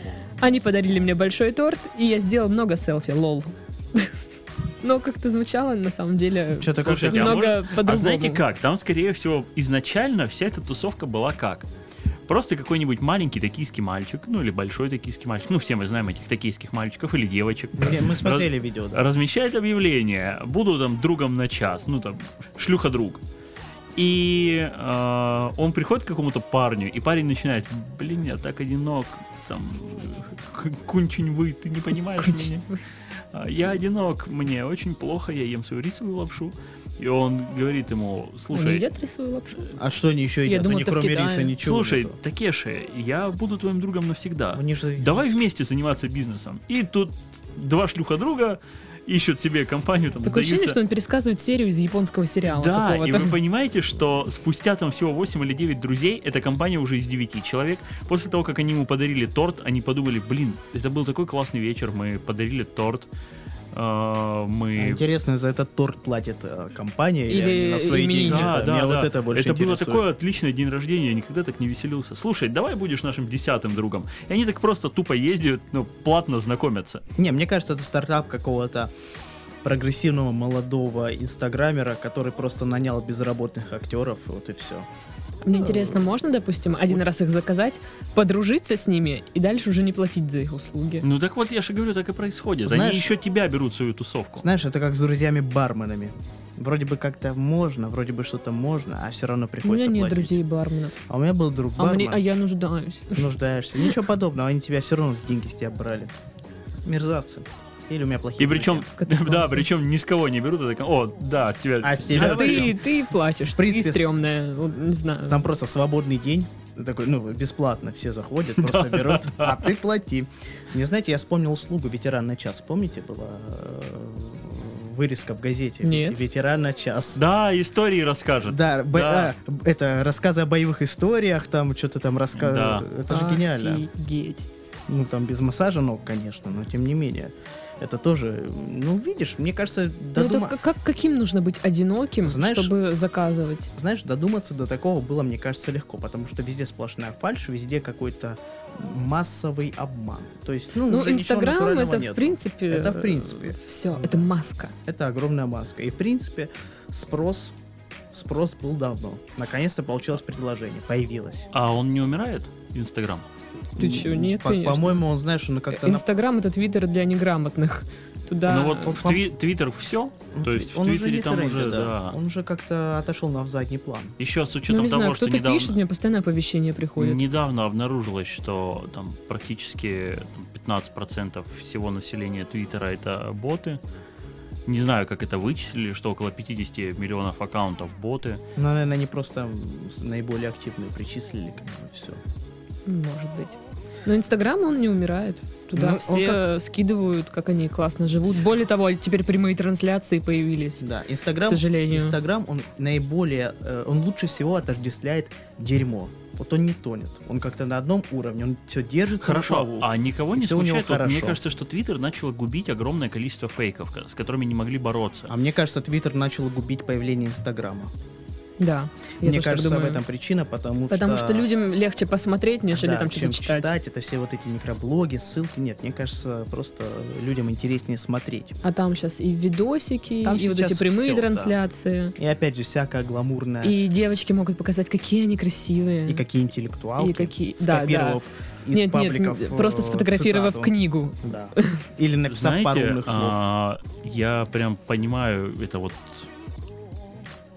S1: они подарили мне большой торт, и я сделал много селфи, лол. Но как-то звучало на самом деле
S2: Чё-то как-то-
S3: Слушайте, а
S1: немного по-другому.
S3: А знаете как? Там, скорее всего, изначально вся эта тусовка была как? Просто какой-нибудь маленький токийский мальчик, ну или большой токийский мальчик, ну все мы знаем этих токийских мальчиков или девочек.
S2: Не, Мы смотрели видео, да.
S3: размещает объявление, буду там другом на час, ну там, шлюха-друг. И э, он приходит к какому-то парню, и парень начинает, блин, я так одинок, там, э, кунчень вы, ты не понимаешь меня. А, Я одинок, мне очень плохо, я ем свою рисовую лапшу. И он говорит ему,
S1: Они
S3: слушай,
S1: едят рисовую лапшу?
S2: А что они еще
S1: Я
S2: едят?
S1: думала,
S2: Они
S1: это в
S2: кроме
S1: Китае.
S2: риса ничего
S3: слушай,
S2: нету.
S3: Такеши, я буду твоим другом навсегда.
S2: Они же-
S3: Давай вместе заниматься бизнесом. И тут два шлюха друга ищут себе компанию, там,
S1: Такое ощущение,
S3: сдаются.
S1: что он пересказывает серию из японского сериала
S3: Да, и
S1: какого-то.
S3: вы понимаете, что спустя там всего 8 или 9 друзей, эта компания уже из 9 человек. После того, как они ему подарили торт, они подумали, блин, это был такой классный вечер, мы подарили торт, э,
S2: А
S3: мы...
S2: Интересно, за этот торт платит э, компания или,
S1: Или
S2: они на свои
S1: именинник.
S2: деньги?
S3: Да,
S2: Да,
S3: да,
S2: Меня
S3: да.
S2: вот это больше
S3: это было
S2: интересует.
S3: такое отличное день рождения, я никогда так не веселился. Слушай, давай будешь нашим десятым другом. И они так просто тупо ездят, ну, платно знакомятся.
S2: Не, мне кажется, это стартап какого-то прогрессивного молодого инстаграмера, который просто нанял безработных актеров, вот и все.
S1: Мне интересно, можно, допустим, один раз их заказать, подружиться с ними и дальше уже не платить за их услуги?
S3: Ну так вот, я же говорю, так и происходит.
S2: Знаешь-
S3: они еще тебя берут в свою тусовку.
S2: Знаешь, это как с друзьями-барменами. Вроде бы как-то можно, вроде бы что-то можно, а все
S1: У
S2: равно
S1: меня
S2: приходится
S1: нет
S2: платить.
S1: друзей барменов,
S2: А у меня был друг
S1: а,
S2: бармен,
S1: мне, а я
S2: *laughs*
S1: нуждаюсь.
S2: нуждаешься. Ничего подобного, они тебя все равно с деньги с тебя брали. Мерзавцы. Или у меня плохие
S3: И причем,
S1: С катаклизмом.
S3: *laughs* да, причем ни с кого не берут, а так, о, да, с тебя...
S2: А с тебя
S1: А ты, ты платишь,
S2: В принципе,
S1: ты стрёмная, вот, не знаю.
S2: друзья. Там просто свободный день. Ты Такой, ну, бесплатно все заходят, просто берут, а ты плати. Не знаете, я вспомнил услугу «Ветеран на час». Помните, была э, вырезка в газете?
S1: Нет.
S2: «Ветеран на час».
S3: Да, истории расскажет.
S2: Да, бо-
S3: Да.
S2: а, б- это рассказы о боевых историях, там что-то там
S3: Да.
S2: рассказывают. Это же гениально.
S1: Офигеть.
S2: Ну, там без массажа ног, конечно, но тем не менее. Это тоже, ну, видишь, мне кажется,
S1: Ну
S2: додума-
S1: так как, каким нужно быть одиноким,
S2: Знаешь-
S1: чтобы заказывать?
S2: знаешь, додуматься до такого было, мне кажется, легко, потому что везде сплошная фальшь, везде какой-то массовый обман. То есть, ну,
S1: Ну,
S2: уже ничего
S1: Инстаграм
S2: натурального
S1: это в
S2: нету.
S1: принципе...
S2: Это в принципе.
S1: Все,
S2: Да.
S1: это маска.
S2: Это огромная маска. И, в принципе, спрос, спрос был давно. Наконец-то получилось предложение, появилось.
S3: А он не умирает? Инстаграм.
S1: Ты чё, нет,
S2: По-
S1: конечно.
S2: По-моему, он, знаешь, он как-то... на-
S1: Э, Инстаграм это твиттер для неграмотных. Туда...
S3: Ну вот в
S2: он-
S3: Тви- Твиттер все,
S2: Ну,
S3: то есть в
S2: он уже
S3: Твиттере
S2: не
S3: там
S2: трендит,
S3: уже,
S2: да.
S3: да.
S2: Он уже как-то отошел на задний план.
S3: Еще с
S1: Ну,
S3: учетом
S1: не
S3: того,
S1: знаю,
S3: что
S1: кто-то пишет,
S3: недавно,
S1: мне постоянно оповещение приходит.
S3: недавно обнаружилось, что там практически там, 15% всего населения Твиттера это боты. Не знаю, как это вычислили, что около 50 миллионов аккаунтов боты.
S2: Ну, наверное, они просто м, с- наиболее активные причислили к нему, и все.
S1: Ну, Может быть. Но Инстаграм, он не умирает. Туда
S2: Ну, он
S1: все скидывают, как они классно живут. Более того, теперь прямые трансляции появились,
S2: Да,
S1: к
S2: Инстаграм,
S1: сожалению.
S2: Инстаграм, он наиболее, э, он лучше всего отождествляет дерьмо. Вот он не тонет, он как-то на одном уровне, он все держится на
S3: Хорошо,
S2: плаву.
S3: а никого не
S2: Всё у него
S3: смущает? Вот Мне
S2: хорошо.
S3: кажется, что Твиттер начал губить огромное количество фейков, ко- с которыми не могли бороться.
S2: А мне кажется, Твиттер начал губить появление Инстаграма.
S1: Да. я
S2: Мне
S1: тоже так
S2: кажется, в
S1: думаю.
S2: этом причина, потому,
S1: Потому что людям легче посмотреть, нежели
S2: Да,
S1: там
S2: чем
S1: что-то читать.
S2: это все вот эти микроблоги, ссылки. Нет, мне кажется, просто людям интереснее смотреть.
S1: А там сейчас и видосики,
S2: Там
S1: и вот
S2: сейчас
S1: эти прямые
S2: всё, да.
S1: трансляции.
S2: И опять же, всякая гламурная и,
S1: И девочки могут показать, какие они красивые.
S2: какие интеллектуалки,
S1: И какие- да, да.
S2: скопировав из
S1: нет,
S2: пабликов
S1: нет, просто
S2: э,
S1: сфотографировав
S2: цитату.
S1: книгу.
S2: Да. Или написав
S3: Знаете,
S2: пару умных слов.
S3: а, я прям понимаю это вот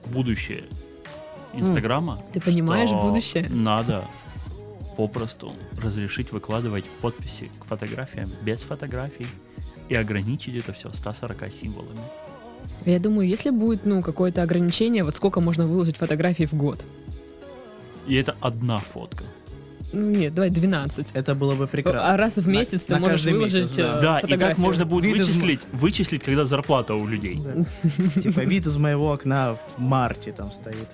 S3: будущее Инстаграма.
S1: Ты понимаешь
S3: что
S1: будущее?
S3: Надо попросту разрешить выкладывать подписи к фотографиям без фотографий и ограничить это все 140 символами.
S1: Я думаю, если будет, ну, какое-то ограничение, вот сколько можно выложить фотографий в год?
S3: И это одна фотка.
S1: Ну, нет, давай 12.
S2: Это было бы прекрасно.
S1: А раз в
S2: На-
S1: месяц ты
S2: на
S1: можешь
S2: каждый
S1: выложить
S2: месяц, да.
S1: э,
S3: да, и так
S1: фотографию.
S3: можно будет
S2: Вид из м-
S3: вычислить, вычислить, когда зарплата у людей.
S2: Да. Типа вид из моего окна в марте там стоит.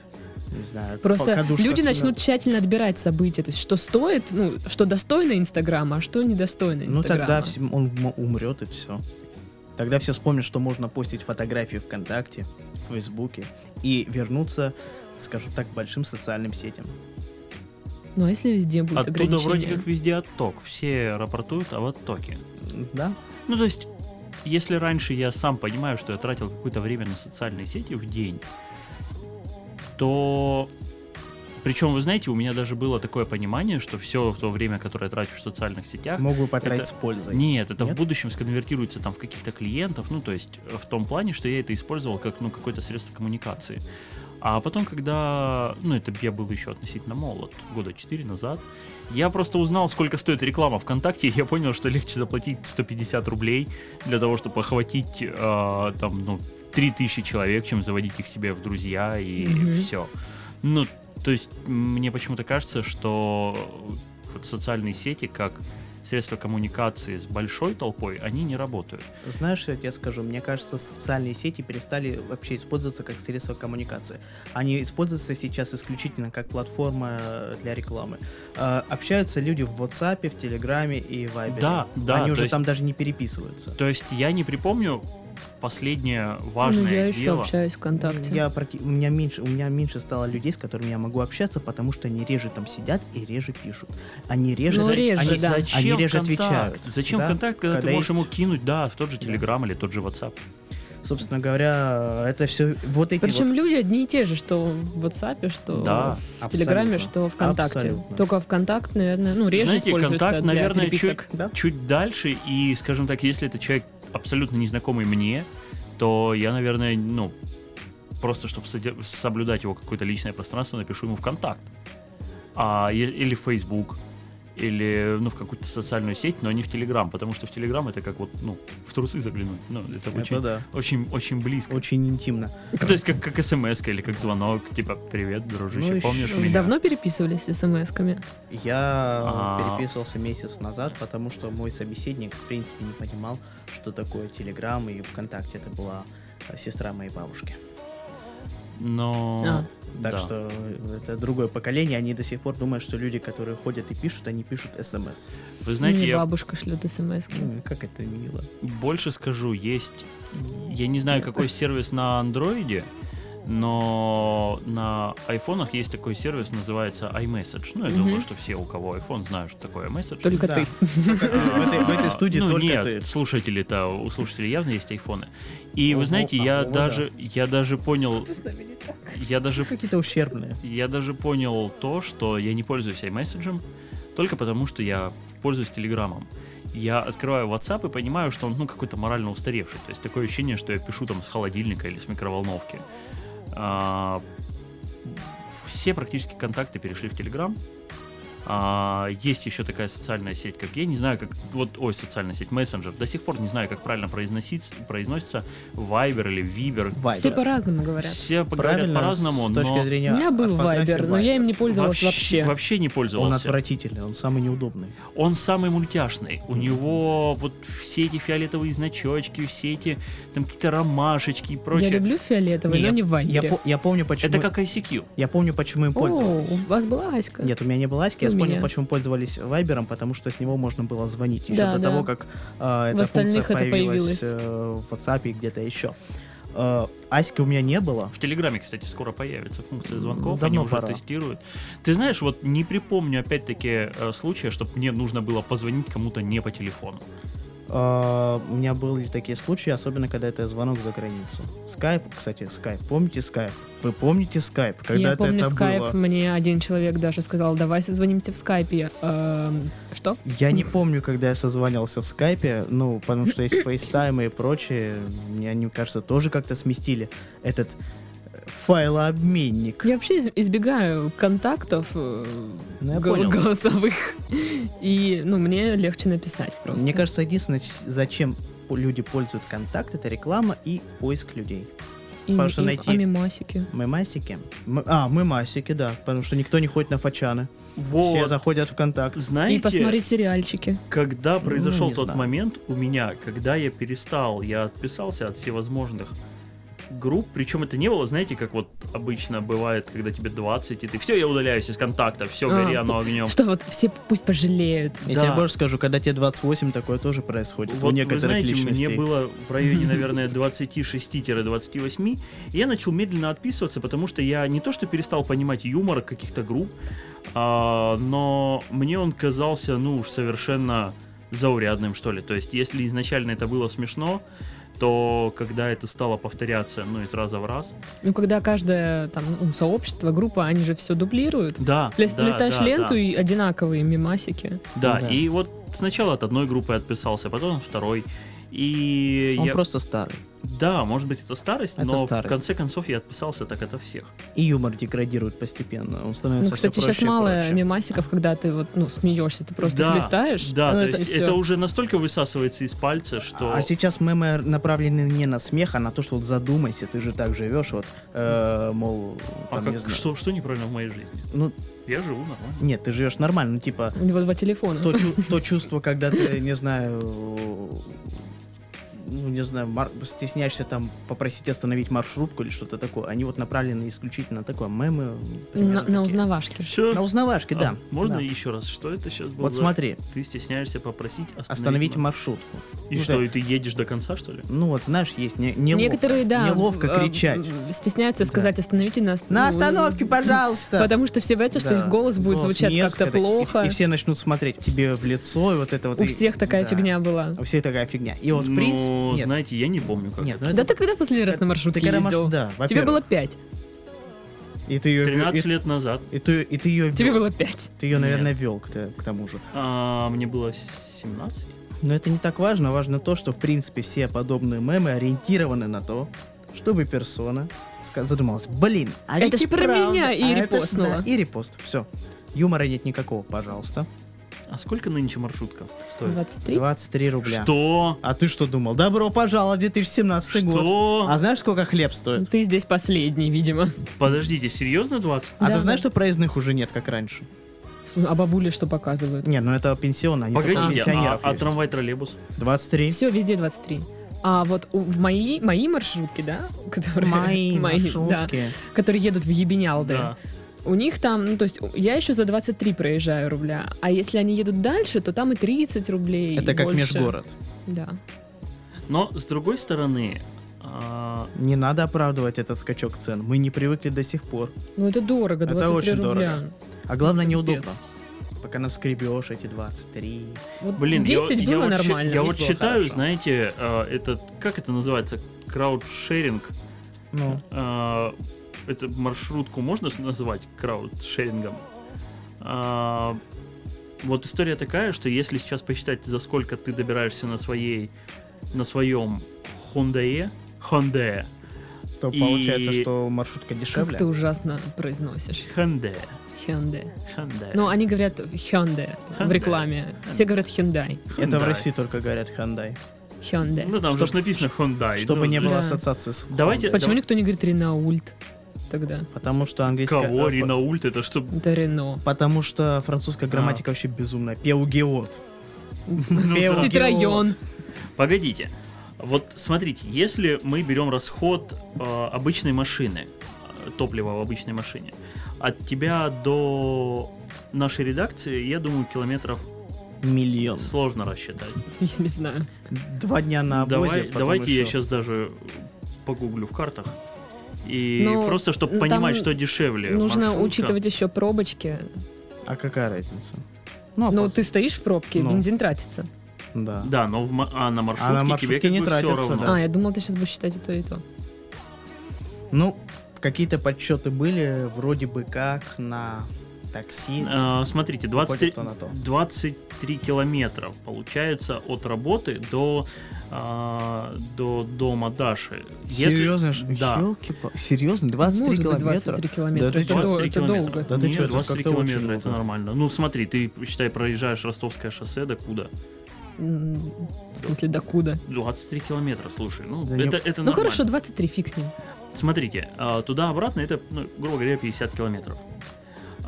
S2: Не знаю.
S1: Просто
S2: покадушка
S1: люди
S2: сына.
S1: начнут тщательно отбирать события, то есть что стоит, ну, что достойно Инстаграма, а что недостойно
S2: Ну
S1: Инстаграма.
S2: тогда всем- он м- умрет и все. Тогда все вспомнят, что можно постить фотографии ВКонтакте, в Фейсбуке и вернуться, скажем так, к большим социальным сетям.
S1: Ну а если везде будет
S3: Оттуда
S1: ограничение?
S3: вроде как везде отток. Все рапортуют об оттоке.
S2: М, Да?
S3: Ну, то есть, если раньше я сам понимаю, что я тратил какое-то время на социальные сети в день, то... Причем, вы знаете, у меня даже было такое понимание, что все то время, которое я трачу в социальных сетях,
S2: Мог бы потратить
S3: это-
S2: с пользой.
S3: нет, это
S2: Нет?
S3: в будущем сконвертируется там в каких-то клиентов, ну, то есть в том плане, что я это использовал как, ну, какое-то средство коммуникации. А потом, когда, ну, это я был еще относительно молод, года 4 назад, я просто узнал, сколько стоит реклама ВКонтакте, и я понял, что легче заплатить 150 рублей для того, чтобы охватить а, там, ну, 3000 человек, чем заводить их себе в друзья и
S1: Мгм.
S3: все. Ну, то есть мне почему-то кажется, что вот социальные сети как средства коммуникации с большой толпой, они не работают.
S2: Знаешь, что я тебе скажу? Мне кажется, социальные сети перестали вообще использоваться как средство коммуникации. Они используются сейчас исключительно как платформа э, для рекламы. Э, общаются люди в WhatsApp, в Телеграме и Viber.
S3: Да, да,
S2: Они
S3: то
S2: уже
S3: есть-
S2: там даже не переписываются.
S3: То есть я не припомню последнее важное
S1: ну, я еще
S3: дело.
S1: общаюсь ВКонтакте.
S2: Я практи- у, меня меньше, у меня меньше стало людей, с которыми я могу общаться, потому что они реже там сидят и реже пишут. Они реже,
S1: Ну,
S2: за-
S1: реже,
S2: они,
S1: да.
S3: Зачем
S2: они реже
S3: контакт?
S2: отвечают.
S3: Зачем
S2: да?
S3: контакт, когда,
S2: Когда
S3: ты можешь
S2: есть-
S3: ему кинуть, да, в тот же
S2: Да.
S3: Телеграм или тот же WhatsApp?
S2: Собственно говоря, это все вот эти
S1: Причем
S2: вот-
S1: люди одни и те же, что в WhatsApp, что
S3: Да,
S1: в Телеграме,
S2: абсолютно.
S1: что ВКонтакте.
S2: Абсолютно.
S1: Только ВКонтакт, наверное, ну, реже
S3: Знаете,
S1: используется
S3: контакт,
S1: для
S3: наверное,
S1: переписок.
S2: Да?
S3: Чуть дальше, и, скажем так, если это человек абсолютно незнакомый мне, то я, наверное, ну, просто чтобы соде- соблюдать его какое-то личное пространство, напишу ему ВКонтакт. А, е- или в Facebook, или ну, в какую-то социальную сеть, но не в Телеграм, потому что в Телеграм это как вот, ну, в трусы заглянуть. Ну, это,
S2: Это
S3: очень,
S2: да.
S3: очень, очень близко. Ну,
S2: Очень интимно.
S3: То есть как, как смс или как звонок, типа, привет, дружище,
S2: Ну, еще-
S3: помнишь меня?
S1: Давно переписывались смс-ками?
S2: Я
S3: А.
S2: переписывался месяц назад, потому что мой собеседник, в принципе, не понимал, что такое Телеграм и ВКонтакте. Это была э, сестра моей бабушки.
S3: Но...
S1: А.
S2: Так
S3: да.
S2: что э, это другое поколение. Они до сих пор думают, что люди, которые ходят и пишут, они пишут эм СМС.
S3: Вы знаете,
S1: Мне
S3: я
S1: бабушка шлет смс
S2: М, Ну, Как это мило.
S3: больше скажу, есть... Я не знаю, какой сервис на андроиде, но на айфонах есть такой сервис, называется iMessage. Ну, я
S1: Мгм.
S3: думаю, что все, у кого iPhone, знают, что такое iMessage.
S1: Только
S2: Да.
S1: ты.
S2: Только ты. В этой- в этой студии
S3: ну,
S2: только
S3: нет,
S2: ты.
S3: слушатели-то, у слушателей явно есть айфоны. И вы
S2: Ого,
S3: знаете, я
S2: ого, да.
S3: даже, я даже понял, я даже
S2: Какие-то ущербные.
S3: Я даже понял то, что я не пользуюсь iMessage только потому, что я пользуюсь Телеграмом. Я открываю WhatsApp и понимаю, что он ну, какой-то морально устаревший. То есть такое ощущение, что я пишу там с холодильника или с микроволновки. А, все практически контакты перешли в Телеграм. А, есть еще такая социальная сеть, как я не знаю, как вот, ой, социальная сеть мессенджер. До сих пор не знаю, как правильно произносить, произносится Viber или Viber.
S2: Вайбер.
S1: Все по-разному говорят.
S3: Все говорят
S2: Правильно,
S3: по-разному,
S2: с точки
S3: но
S1: У
S2: зрения
S1: меня был
S2: орфографии
S1: Вайбер, но я им не пользовалась вообще.
S3: не
S2: Он
S3: пользовался.
S2: отвратительный, он самый неудобный.
S3: Он самый мультяшный. У
S2: Мгм.
S3: него вот все эти фиолетовые значочки, все эти там какие-то ромашечки и прочее.
S1: Я люблю фиолетовый, но
S2: я-
S1: не в
S2: Я,
S1: Вайбере.
S2: по- я помню, почему...
S3: Это как ICQ.
S2: Я помню, почему им
S1: О,
S2: пользовались.
S1: у вас была Аська?
S2: Нет, у меня не было Аськи, я
S1: У
S2: вспомнил,
S1: меня.
S2: почему пользовались Вайбером, потому что с него можно было звонить еще
S1: Да,
S2: до
S1: да.
S2: того, как э,
S1: В
S2: эта функция
S1: остальных это
S2: появилась
S1: появилось.
S2: э, в WhatsApp и где-то еще. Э, Аськи у меня не было.
S3: В Телеграме, кстати, скоро появится функция звонков,
S2: Давно
S3: они уже
S2: пора.
S3: тестируют. Ты знаешь, вот не припомню опять-таки э, случая, чтобы мне нужно было позвонить кому-то не по телефону.
S2: Э, у меня были такие случаи, особенно когда это звонок за границу. Скайп, кстати, скайп. Помните скайп? Вы помните скайп?
S1: Я
S2: Когда-то
S1: помню
S2: это
S1: скайп,
S2: было.
S1: мне один человек даже сказал, давай созвонимся в скайпе. Я, «Эм, что?
S2: Я не помню, когда я созванивался в скайпе, ну, потому что есть фейстаймы и прочее, мне они, кажется, тоже как-то сместили этот э, файлообменник.
S1: Я вообще из- избегаю контактов э,
S2: Ну, я
S1: гол-
S2: понял.
S1: голосовых. И, ну, мне легче написать просто.
S2: Мне кажется, единственное, ч- зачем по- люди пользуют контакт, это реклама и поиск людей.
S1: И-
S2: потому что
S1: и
S2: найти-
S1: амимасики.
S2: Мы масики. М- а, мы масики, да, потому что никто не ходит на фачаны.
S3: Вот.
S2: Все заходят в контакт.
S3: Знаете,
S1: И посмотреть сериальчики.
S3: когда произошел
S2: Ну, не
S3: тот
S2: знаю.
S3: момент у меня, когда я перестал, я отписался от всевозможных групп, причем это не было, знаете, как вот обычно бывает, когда тебе 20, и ты все, я удаляюсь из контакта, все,
S1: А,
S3: гори оно огнем.
S1: Что вот все пусть пожалеют.
S2: Я
S3: Да.
S2: тебе больше скажу, когда тебе 28, такое тоже происходит у
S3: Вот,
S2: некоторых
S3: вы знаете,
S2: личностей.
S3: мне было
S2: *laughs*
S3: в районе, наверное, 26-28, и я начал медленно отписываться, потому что я не то что перестал понимать юмор каких-то групп, а, но мне он казался, ну, уж совершенно заурядным, что ли. То есть, если изначально это было смешно, то когда это стало повторяться, ну, из раза в раз...
S1: Ну, когда каждое там ну, сообщество, группа, они же все дублируют.
S3: Да,
S1: Лист-
S3: да,
S1: листаешь
S3: да,
S1: ленту
S3: да.
S1: и одинаковые мимасики.
S3: Да,
S2: Да.
S3: и вот сначала от одной группы отписался, потом от второй. И
S2: Он
S3: я...
S2: просто старый.
S3: Да, может быть, это старость,
S2: Это
S3: но в
S2: старость.
S3: конце концов я отписался так от всех.
S2: И юмор деградирует постепенно. Он
S1: Ну,
S2: становится
S1: кстати,
S2: все проще
S1: сейчас
S2: и
S1: мало
S2: проще.
S1: мимасиков, когда ты вот, ну, смеешься, ты просто
S3: Да,
S1: их листаешь. а
S3: Да,
S2: Ну,
S3: то
S2: это
S3: есть
S1: всё.
S3: это уже настолько высасывается из пальца, что...
S2: А сейчас мемы направлены не на смех, а на то, что вот задумайся, ты же так живешь, вот, э, мол,
S3: А
S2: там,
S3: как-
S2: не знаю.
S3: что, что неправильно в моей жизни?
S2: Ну,
S3: Я живу нормально.
S2: нет, ты живешь нормально, ну, типа,
S1: У него два телефона.
S2: то, чу- то чувство, когда ты, не знаю, ну, не знаю, мар- стесняешься там попросить остановить маршрутку или что-то такое, они вот направлены исключительно на такое, мемы. примерно
S1: На, на
S2: такие.
S1: узнавашке.
S3: Все.
S2: На узнавашке, да.
S3: А можно
S2: Да.
S3: еще раз? Что это сейчас было?
S2: Вот
S3: за-
S2: смотри,
S3: Ты стесняешься попросить остановить...
S2: остановить
S3: ма-
S2: маршрутку.
S3: И
S2: Ну,
S3: что,
S2: да.
S3: и ты едешь до конца, что ли?
S2: Ну вот, знаешь, есть не, неловко.
S1: Некоторые, да.
S2: Неловко
S1: э,
S2: кричать.
S1: э, Стесняются
S2: Да.
S1: сказать остановите нас.
S2: На
S1: ну,
S2: остановке, пожалуйста!
S1: Потому что все боятся, что
S2: Да,
S1: их голос будет звучать
S2: мерзко,
S1: как-то
S2: так, и-
S1: плохо.
S2: И, все начнут смотреть тебе в лицо, и вот это вот.
S1: У
S2: и-
S1: всех такая
S2: да.
S1: фигня была.
S2: У всех такая фигня. И вот, в
S3: Ну,
S2: принципе, нет,
S3: знаете, я не помню как.
S2: нет,
S3: это.
S2: ну
S1: Да
S2: это-
S1: ты когда последний раз на маршрутке
S2: ты когда марш-
S1: ездил?
S2: Да,
S1: Тебе
S2: во-первых.
S1: было пять.
S2: И ты ее,
S3: 13 лет назад
S2: И, ты, и ты ее
S1: Тебе было пять.
S2: Ты ее, наверное, вел к, т- к тому же.
S3: а, мне было 17.
S2: Но это не так важно. Важно то, что, в принципе, все подобные мемы ориентированы на то, чтобы персона ска- задумалась. Блин, а
S1: Это
S2: ведь
S1: ж
S2: и
S1: про
S2: правда,
S1: меня, и
S2: а это ж,
S1: репостнула.
S2: да, и репост. Все. Юмора нет никакого, пожалуйста.
S3: А сколько нынче маршрутка стоит?
S1: 23.
S2: 23 рубля.
S3: Что?
S2: А ты что думал? Добро пожаловать в 2017 год.
S3: Что?
S2: А знаешь, сколько хлеб стоит?
S1: Ты здесь последний, видимо.
S3: Подождите, серьезно 20?
S2: А
S1: Да,
S2: ты
S1: да.
S2: знаешь, что проездных уже нет, как раньше?
S1: С- А бабули что показывают?
S2: Не, ну это пенсионные, они только у
S3: Погодите, а,
S2: пенсионеров
S3: а
S2: есть.
S3: трамвай-троллейбус?
S1: *laughs*
S2: 23.
S1: Все, везде 23. А вот у- в мои, мои маршрутки, да, которые,
S2: Мои
S1: мои, да,
S2: маршрутки.
S1: которые едут в Ебенялды,
S3: Да.
S1: у них там, ну, то есть у- я еще за 23 проезжаю рубля, а если они едут дальше, то там и 30 рублей.
S2: Это
S1: и
S2: как
S1: больше.
S2: межгород.
S1: Да.
S3: Но с другой стороны, а,
S2: Не надо оправдывать этот скачок цен. Мы не привыкли до сих пор.
S1: Ну, это дорого,
S2: Это
S1: 23
S2: очень
S1: рубля.
S2: дорого. А главное,
S1: Капец.
S2: неудобно. Пока наскребешь эти 23.
S1: Вот
S3: блин, я-
S1: 10
S3: я,
S1: было
S3: вот, щи-
S1: нормально.
S3: я вот
S2: было
S3: считаю,
S2: хорошо.
S3: знаете, а, этот, как это называется, краудшеринг,
S2: Ну,
S3: а, это маршрутку можно ж назвать краудшерингом? А, вот история такая, что если сейчас посчитать, за сколько ты добираешься на своей, на своем Хондаe, Хондаe,
S2: то
S3: И-
S2: получается, что маршрутка
S1: Как
S2: дешевле.
S1: ты ужасно произносишь.
S3: Хондаe,
S1: Hyundai.
S3: Хондаe.
S1: Ну, они говорят Hyundai в
S3: Hyundai.
S1: рекламе. Все говорят Hyundai.
S2: Это в России только говорят Hyundai.
S1: Hyundai.
S3: Ну, там же
S2: Чтоб-
S3: ж написано Hyundai.
S2: Чтобы
S3: ну,
S2: не было
S1: да.
S2: ассоциации с
S3: Давайте-
S2: Honda.
S1: Почему никто не говорит Renault тогда?
S2: Потому что английская...
S3: Кого?
S2: э,
S3: Ренаульт? Это что?
S1: Это Renault.
S2: Потому что французская грамматика вообще безумная. Пеугеот.
S3: Ну да.
S2: Пеугеот.
S1: Citroён.
S3: Погодите. Вот смотрите, если мы берем расход э, обычной машины, э, топлива в обычной машине, от тебя до нашей редакции, я думаю, километров
S2: Миллион.
S3: сложно рассчитать.
S1: Я не знаю.
S2: Два дня на обозе.
S3: Давай,
S2: потом
S3: давайте я
S2: еще.
S3: сейчас даже погуглю в картах. И
S1: Но
S3: просто,
S1: там
S3: чтобы понимать, что дешевле.
S1: Нужно
S3: маршрутка.
S1: учитывать еще пробочки.
S2: А какая разница?
S1: Ну,
S2: а
S1: ты стоишь в пробке, и
S2: Ну.
S1: бензин тратится.
S2: Да.
S3: Да, но в ма- а на маршрутке,
S2: маршрутке
S3: тебе как
S2: не
S3: бы
S2: тратится,
S3: все равно.
S2: Да.
S1: А, я думал, ты сейчас будешь считать и то, и то.
S2: Ну, какие-то подсчеты были, вроде бы как на такси.
S3: Э, Смотрите, 23,
S2: Уходит то на то.
S3: 23 километра получается от работы до, а, до дома Даши. Если-
S2: Серьезно? ж-
S3: Да.
S2: ёлки-па- Серьезно? 23
S1: Может
S2: километра?
S1: быть, 23 километра.
S2: Да ты
S1: это,
S2: чё?
S1: до-
S3: 23
S1: это
S3: километра.
S1: долго.
S2: Да ты
S3: Нет,
S2: чё, это
S3: 23
S2: как-то очень
S3: километра, это
S2: долго.
S3: нормально. Ну, смотри, ты, считай, проезжаешь Ростовское шоссе, докуда?
S1: М, В смысле, докуда?
S3: 23 километра, слушай, ну,
S2: Да
S3: это,
S2: не-
S3: это
S1: Ну
S3: нормально.
S1: хорошо, 23, фиг с ним.
S3: Смотрите, а, туда-обратно это, ну, грубо говоря, 50 километров.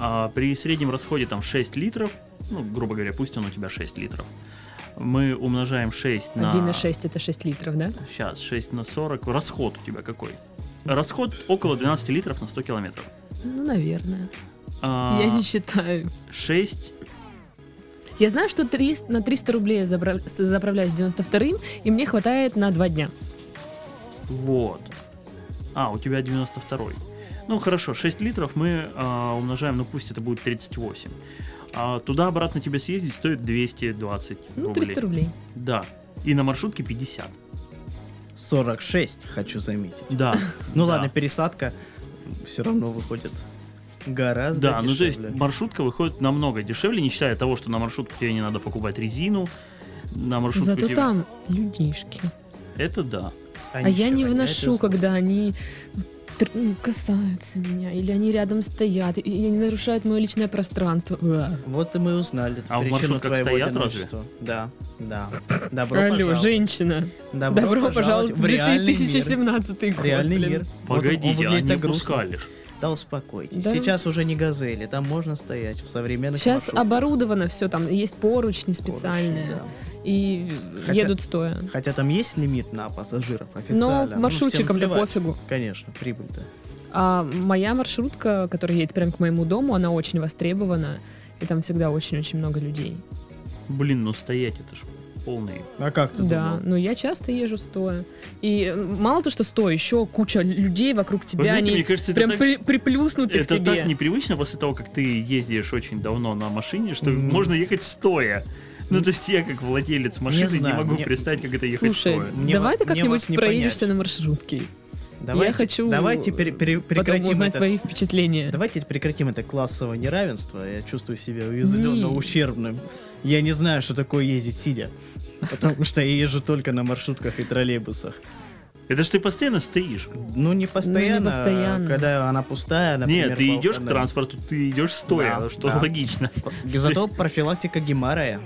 S3: А При среднем расходе там 6 литров, ну, грубо говоря, пусть он у тебя 6 литров, мы умножаем 6 на...
S1: 1,6 это 6 литров, да?
S3: Сейчас, 6 на 40. Расход у тебя какой? Расход около 12 литров на 100 километров.
S1: Ну, наверное.
S3: А,
S1: Я не считаю.
S3: 6,
S1: Я знаю, что 300 на 300 рублей я забра- с- заправляюсь 92-м, и мне хватает на 2 дня.
S3: вот. А, у тебя 92 Ну, хорошо, 6 литров мы а, умножаем, ну, пусть это будет 38. А туда-обратно тебе съездить стоит 220
S1: Ну,
S3: рублей.
S1: 300 рублей.
S3: Да. И на маршрутке 50.
S2: 46, хочу заметить.
S3: Да.
S2: Ну
S3: Да.
S2: ладно, пересадка все равно выходит гораздо
S3: Да, ну то есть
S2: дешевле.
S3: маршрутка выходит намного дешевле, не считая того, что на маршрутку тебе не надо покупать резину. На маршрутку
S1: Зато
S3: Ну, тебе-
S1: там людишки.
S3: Это да.
S1: А я не
S2: ничего,
S1: выношу,
S2: это зло.
S1: когда они тр- ну, касаются меня, или они рядом стоят, и- и они нарушают мое личное пространство. Уа.
S2: Вот и мы узнали
S3: А в
S2: причину
S3: маршрутках
S2: твоего
S3: стоят
S2: одиночества. Да, да. Добро
S1: Алло,
S2: пожаловать.
S1: женщина, добро, пожаловать в
S2: реальный мир.
S1: 2017 год.
S2: Реальный
S1: блин.
S2: мир. Вот он- он
S3: Погодите, а
S2: выглядит
S3: не
S2: так грустно.
S3: пускали ж.
S2: Да успокойтесь.
S1: Да.
S2: Сейчас уже не газели, там можно стоять в современных
S1: Сейчас
S2: маршрутках.
S1: оборудовано все, там есть поручни специальные,
S2: Короче,
S1: и
S2: Хотя-
S1: едут стоя.
S2: да. Хотя там есть лимит на пассажиров
S1: Но
S2: официально. Ну,
S1: маршрутчикам-то
S2: всем плевать.
S1: пофигу.
S2: Конечно, прибыль-то.
S1: А моя маршрутка, которая едет прямо к моему дому, она очень востребована, и там всегда очень-очень много людей.
S3: Блин, ну стоять это ж полный.
S2: А как ты
S1: да,
S2: думал?
S1: но я часто езжу стоя. И э, мало то, что стоя, еще куча людей вокруг тебя,
S3: Вы знаете,
S1: они
S3: мне кажется, это
S1: прям
S3: так-
S1: при- приплюснуты
S3: Это
S1: к тебе.
S3: так непривычно после того, как ты ездишь очень давно на машине, что
S2: М.
S3: можно ехать стоя. Ну, то есть я, как владелец машины, не,
S2: знаю,
S3: могу
S2: мне-
S3: представить, как это ехать
S1: Слушай,
S3: стоя.
S2: Мне
S1: давай
S2: вот-
S1: ты
S2: мне
S1: как-нибудь
S2: вас не
S1: проедешься
S2: понять.
S1: на маршрутке.
S2: Давайте,
S1: хочу
S2: Давайте пере- пере-
S1: Потом
S2: прекратим
S1: узнать
S2: этот-
S1: твои впечатления.
S2: Давайте прекратим это классовое неравенство. Я чувствую себя
S1: Не.
S2: уязвленно ущербным. Я не знаю, что такое ездить сидя. Потому что я езжу только на маршрутках и троллейбусах.
S3: Это ж ты постоянно стоишь.
S2: Ну, не постоянно. а
S1: постоянно.
S2: Когда она пустая, например.
S3: Нет, ты
S2: по
S3: идешь к
S2: выходным.
S3: транспорту, ты идешь стоя,
S2: Да,
S3: что
S2: да.
S3: логично.
S2: Зато профилактика геморрая.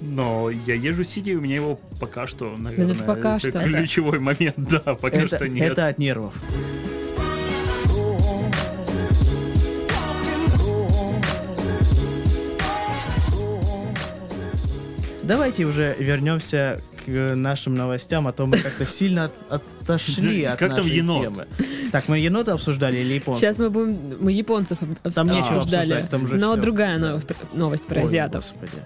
S3: Но я ежу сидя, и у меня его пока что, наверное,
S1: Ну, пока
S3: это
S1: что.
S3: ключевой момент, да, пока
S2: Это,
S3: что нет.
S2: это от нервов. Давайте уже вернемся к э, нашим новостям, а то мы
S3: *laughs*
S2: как-то сильно от- отошли
S3: Да,
S2: от
S3: как там
S2: нашей
S3: енот?
S2: темы. Так, мы енота обсуждали или японцев?
S1: Сейчас мы будем... Мы японцев об- об-
S2: Там нечего
S1: обсуждали.
S2: обсуждать, там уже
S1: но
S2: всё.
S1: другая новость, новость про
S2: Ой,
S1: азиатов.
S2: господи.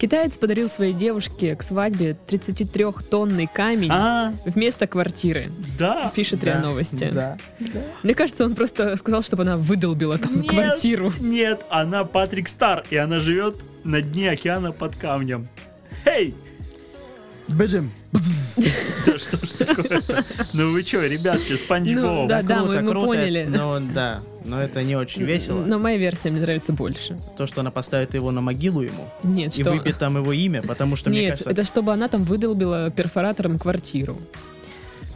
S1: Китаец подарил своей девушке к свадьбе 33-тонный камень
S3: А,
S1: вместо квартиры.
S3: да.
S1: Пишет
S2: Да,
S1: РИА Новости.
S2: Да, да.
S1: Мне кажется, он просто сказал, чтобы она выдолбила там
S3: Нет,
S1: квартиру.
S3: Нет, она Патрик Стар, и она живет на дне океана под камнем. Эй! *laughs*
S2: Бэджим.
S3: Да что ж такое-то? Ну вы чё,
S1: *laughs*
S3: ребятки, Спанч
S1: Ну,
S3: Боб.
S1: да, да, мы-
S2: Круто,
S1: мы
S2: круто,
S1: поняли.
S2: Но да, но это не очень весело.
S1: Но моя версия мне нравится больше.
S2: То, что она поставит его на могилу ему
S1: Нет,
S2: и
S1: что...
S2: выпьет там его имя, потому что, мне
S1: Нет,
S2: кажется...
S1: это чтобы она там выдолбила перфоратором квартиру.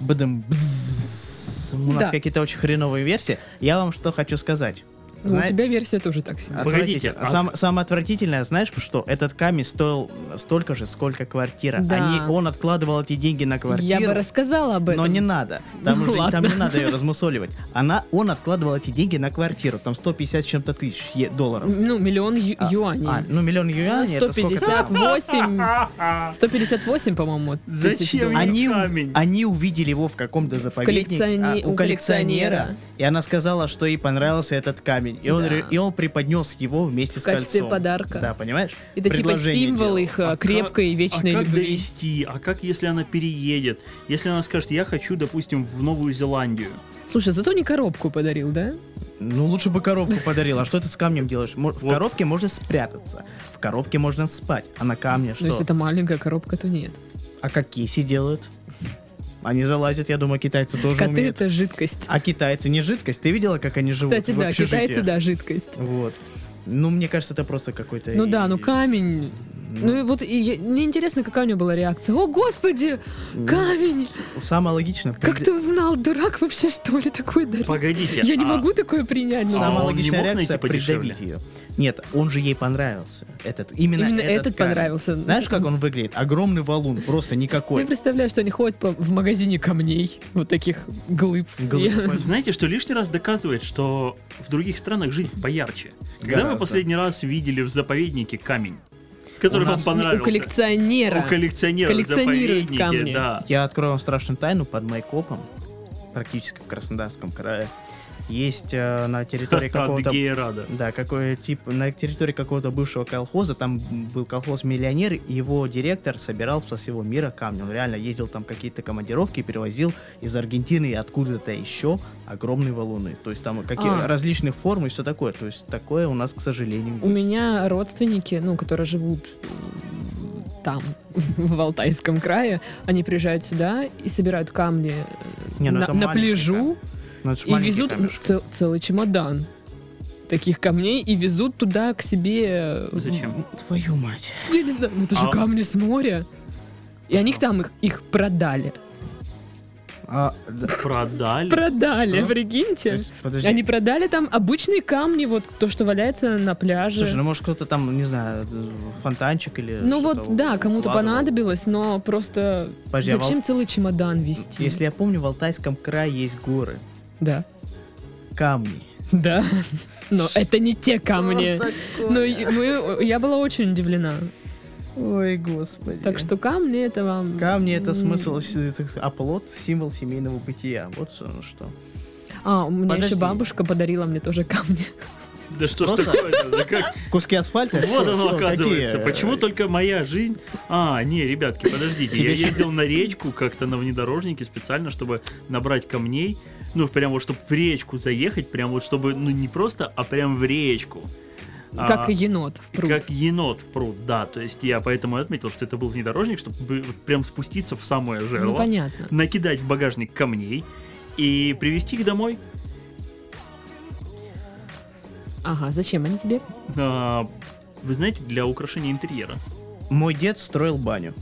S2: Бдым, бззз. У нас
S1: Да.
S2: какие-то очень хреновые версии. Я вам что хочу сказать.
S1: Ну,
S2: Зна-
S1: У тебя версия тоже так себе.
S3: Погодите,
S2: Отвратитель-
S3: а-
S2: Сам- самое отвратительное, знаешь, что этот камень стоил столько же, сколько квартира.
S1: Да.
S2: Они, он откладывал эти деньги на
S1: Я
S2: квартиру.
S1: бы рассказала об этом.
S2: Но не надо. Там,
S1: Ну
S2: уже- там
S1: ладно.
S2: не надо ее размусоливать. Она, он откладывал эти деньги на квартиру. Там 150 с чем-то тысяч е- долларов.
S1: Ну, миллион ю-
S2: А,
S1: юаней.
S2: а, ну, миллион юаней, это сколько? там? *laughs*
S1: 158,
S3: Ха-ха.
S1: 158, по-моему, тысяч
S3: Зачем
S1: долларов.
S3: ей
S2: Они, у-
S3: камень?
S2: они увидели его в каком-то заповеднике
S1: коллекционе-
S2: а, у,
S1: у
S2: коллекционера,
S1: коллекционера.
S2: и она сказала, что ей понравился этот камень. уровень. И он,
S1: Да.
S2: ре- и он преподнес его вместе с
S1: В качестве
S2: кольцом.
S1: подарка.
S2: Да, понимаешь?
S1: Это типа
S2: Предложение
S1: символ
S2: делал.
S1: их э,
S3: А
S1: крепкой
S3: как-
S1: вечной
S3: а как
S1: любви.
S3: довести? А как, если она переедет? Если она скажет, я хочу, допустим, в Новую Зеландию.
S1: Слушай, зато не коробку подарил, да?
S2: Ну, лучше бы коробку подарил. А что ты с камнем делаешь? Мо- В
S3: Вот.
S2: коробке можно спрятаться. В коробке можно спать. А на камне
S1: Но Ну, если
S2: что?
S1: это маленькая коробка, то нет.
S2: А как киси делают? Они залазят, я думаю, китайцы тоже
S1: Коты
S2: умеют.
S1: это жидкость.
S2: А китайцы не жидкость. Ты видела, как они живут
S1: Кстати,
S2: в
S1: да,
S2: общежитиях?
S1: китайцы, да, жидкость.
S2: Вот. Ну, мне кажется, это просто какой-то...
S1: Ну
S2: и-
S1: да, ну камень. Ну и вот и я- мне интересно, какая у него была реакция. О, господи,
S2: ну,
S1: камень!
S2: Самое логичное...
S1: Как
S2: пред-
S1: ты узнал, дурак вообще что ли такой дарит?
S3: Погодите.
S1: Я не
S3: а-
S1: могу такое принять. ну,
S3: А
S2: Самая
S3: он не
S2: логичная
S3: мог
S2: реакция
S3: найти подешевле?
S2: придавить ее. Нет, он же ей понравился. Этот, именно,
S1: Именно
S2: этот,
S1: этот
S2: камень.
S1: понравился.
S2: Знаешь, как он выглядит? Огромный валун, просто
S1: Я
S2: никакой.
S1: представляю, что они ходят по- в магазине камней, вот таких глыб.
S2: Глыб.
S1: Я-
S3: Знаете, что лишний раз доказывает, что в других странах жизнь поярче. Когда вы
S2: Гораздо.
S3: последний раз видели в заповеднике камень, который
S2: У
S3: вам
S2: нас-
S1: У
S3: понравился?
S1: коллекционера.
S3: У коллекционера в
S1: Коллекционируют
S3: заповеднике,
S1: камни.
S3: да.
S2: Я открою вам страшную тайну под Майкопом, практически в Краснодарском крае. Есть э, на территории
S3: *laughs* От
S2: какого-то...
S3: Гейрада.
S2: Да, какой тип на территории какого-то бывшего колхоза, там был колхоз миллионер, и его директор собирал со всего мира камни. Он реально ездил там какие-то командировки, перевозил из Аргентины и откуда-то еще огромные валуны. То есть там какие
S1: А.
S2: различных форм и все такое. То есть такое у нас, к сожалению,
S1: У
S2: есть.
S1: меня родственники, ну, которые живут м, там, *laughs* в Алтайском крае, они приезжают сюда и собирают камни э,
S2: Не, ну
S1: на,
S2: это
S1: на
S2: маленькие
S1: пляжу
S2: Ну, это ж
S1: и
S2: маленькие
S1: везут
S2: камешки.
S1: цел- целый чемодан таких камней и везут туда к себе. э,
S2: *laughs*
S3: Зачем?
S2: Твою мать.
S1: Я не знаю, ну это же
S3: А-
S1: камни с моря. И они их там их, их продали.
S2: А, да,
S3: Продали.
S1: Продали,
S2: Что?
S1: прикиньте.
S2: то есть, подожди.
S1: Они продали там обычные камни, вот то, что валяется на пляже.
S2: Слушай, ну может кто-то там, не знаю, фонтанчик или
S1: ну
S2: что-то
S1: вот, да, кому-то
S2: вкладывал.
S1: понадобилось, но просто
S2: Подожди, а в
S1: зачем целый чемодан вести?
S2: Если я помню, в Алтайском крае есть горы,
S1: Да. *laughs*
S2: камни.
S1: Да. Но это не те камни.
S2: Что
S1: Ну,
S2: такое?
S1: и мы- я была очень удивлена.
S2: Ой, господи.
S1: Так что камни это вам...
S2: Камни — это
S1: м,
S2: смысл, с- так сказать, оплот, символ семейного бытия. Вот что. ну что.
S1: А, у меня еще
S2: Подожди.
S1: бабушка подарила мне тоже камни.
S3: Да что ж
S2: Просто-
S3: такое-то? Да как?
S2: Куски асфальта?
S3: Вот
S2: Что-
S3: оно
S2: что,
S3: оказывается.
S2: какие? э,
S1: э,
S3: Почему только моя жизнь? А, не, ребятки, подождите. Я
S2: Тебе щас-
S3: ездил на речку как-то на внедорожнике специально, чтобы набрать камней. Ну, прям вот, чтобы в речку заехать, прям вот, чтобы, ну, не просто, а прям в речку. А,
S1: Как енот в пруд.
S3: Как енот в пруд, да. То есть я поэтому и отметил, что это был внедорожник, чтобы прям спуститься в самое
S1: Ну,
S3: жерло,
S1: понятно.
S3: накидать в багажник камней и привезти их домой.
S1: Ага, зачем они тебе?
S3: А, вы знаете, для украшения интерьера.
S2: Мой дед строил баню.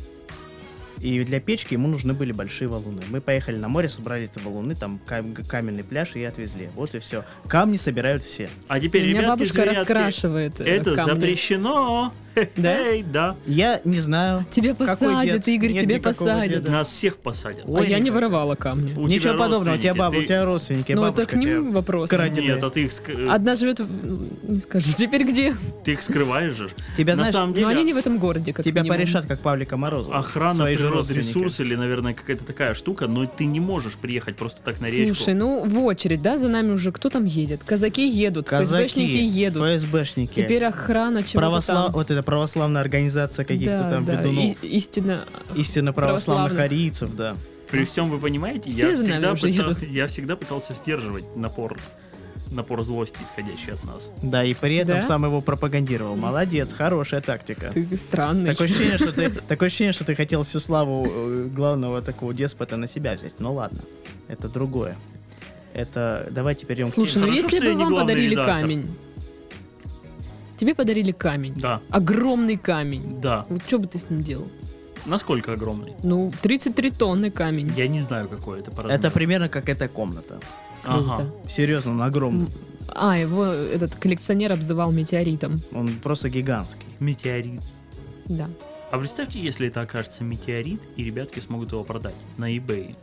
S2: И для печки ему нужны были большие валуны. Мы поехали на море, собрали эти валуны, там кам- каменный пляж и отвезли. Вот и все. Камни собирают все.
S3: А
S1: У
S3: теперь,
S1: меня
S3: ребятки,
S1: бабушка
S3: зверятки,
S1: раскрашивает э,
S3: это
S1: камни.
S3: запрещено.
S1: Да?
S3: Эй, да.
S2: Я не знаю.
S1: Тебя
S2: Какой
S1: посадят,
S2: дед?
S1: Игорь,
S2: Нет
S1: тебе
S2: никакого
S1: посадят.
S2: деда.
S3: Нас всех посадят.
S1: А
S2: Ой,
S1: я не
S2: ребята.
S1: воровала камни.
S3: У
S2: Ничего
S3: тебя
S2: подобного, у тебя
S3: родственники,
S2: баба,
S3: ты-
S2: у тебя родственники,
S1: Ну, это
S2: бабушка
S1: к ним
S2: тебя-
S1: вопрос.
S2: крадет.
S3: Нет, а ты их, ск- э,
S1: Одна живет, в- не скажу, теперь где?
S3: ты их скрываешь же.
S2: Тебя,
S3: На
S2: знаешь,
S3: самом деле,
S1: Но они не в этом городе, как
S2: тебя
S1: минимум.
S2: порешат, как Павлика Морозова.
S3: охрана
S2: Свои же родственники.
S3: природресурс или, наверное, какая-то такая штука, но ты не можешь приехать просто так на речку.
S1: Слушай, ну в очередь, да, за нами уже кто там едет? Казаки едут,
S2: Казаки,
S1: ФСБшники едут.
S2: ФСБшники.
S1: Теперь охрана чего-то
S2: Православ...
S1: там.
S2: Вот это православная организация каких-то
S1: Да,
S2: там
S1: да,
S2: ведунов.
S1: и- истина.
S2: Истинно православных
S1: православных.
S2: арийцев, да.
S3: При всем, вы понимаете,
S1: Все
S3: я
S1: за нами
S3: всегда,
S1: уже
S3: пыта-
S1: едут.
S3: я всегда пытался сдерживать напор, напор злости, исходящий от нас.
S2: Да, и при этом
S1: Да?
S2: сам его пропагандировал. Молодец, хорошая тактика.
S1: Ты странный.
S2: Такое ощущение,
S1: *laughs*
S2: что ты, такое ощущение, что ты хотел всю славу э, главного такого деспота на себя взять. Ну ладно, это другое. Это давай теперь идем
S1: Слушай, ну
S3: Хорошо,
S1: если
S3: что я
S1: бы
S3: не
S1: вам
S3: главный
S1: подарили
S3: редактор.
S1: камень. Тебе подарили камень.
S3: Да,
S1: Огромный камень.
S3: да.
S1: Вот что бы ты с ним делал?
S3: Насколько огромный?
S1: Ну, 33 тонны камень.
S3: Я не знаю, какой это по
S2: Это
S3: размеру.
S2: примерно как эта комната.
S1: Ну,
S3: Ага.
S2: Серьезно, он огромный.
S1: М. А, его этот коллекционер обзывал метеоритом.
S2: Он просто гигантский.
S3: Метеорит.
S1: Да.
S3: А представьте, если это окажется метеорит, и ребятки смогут его продать на eBay.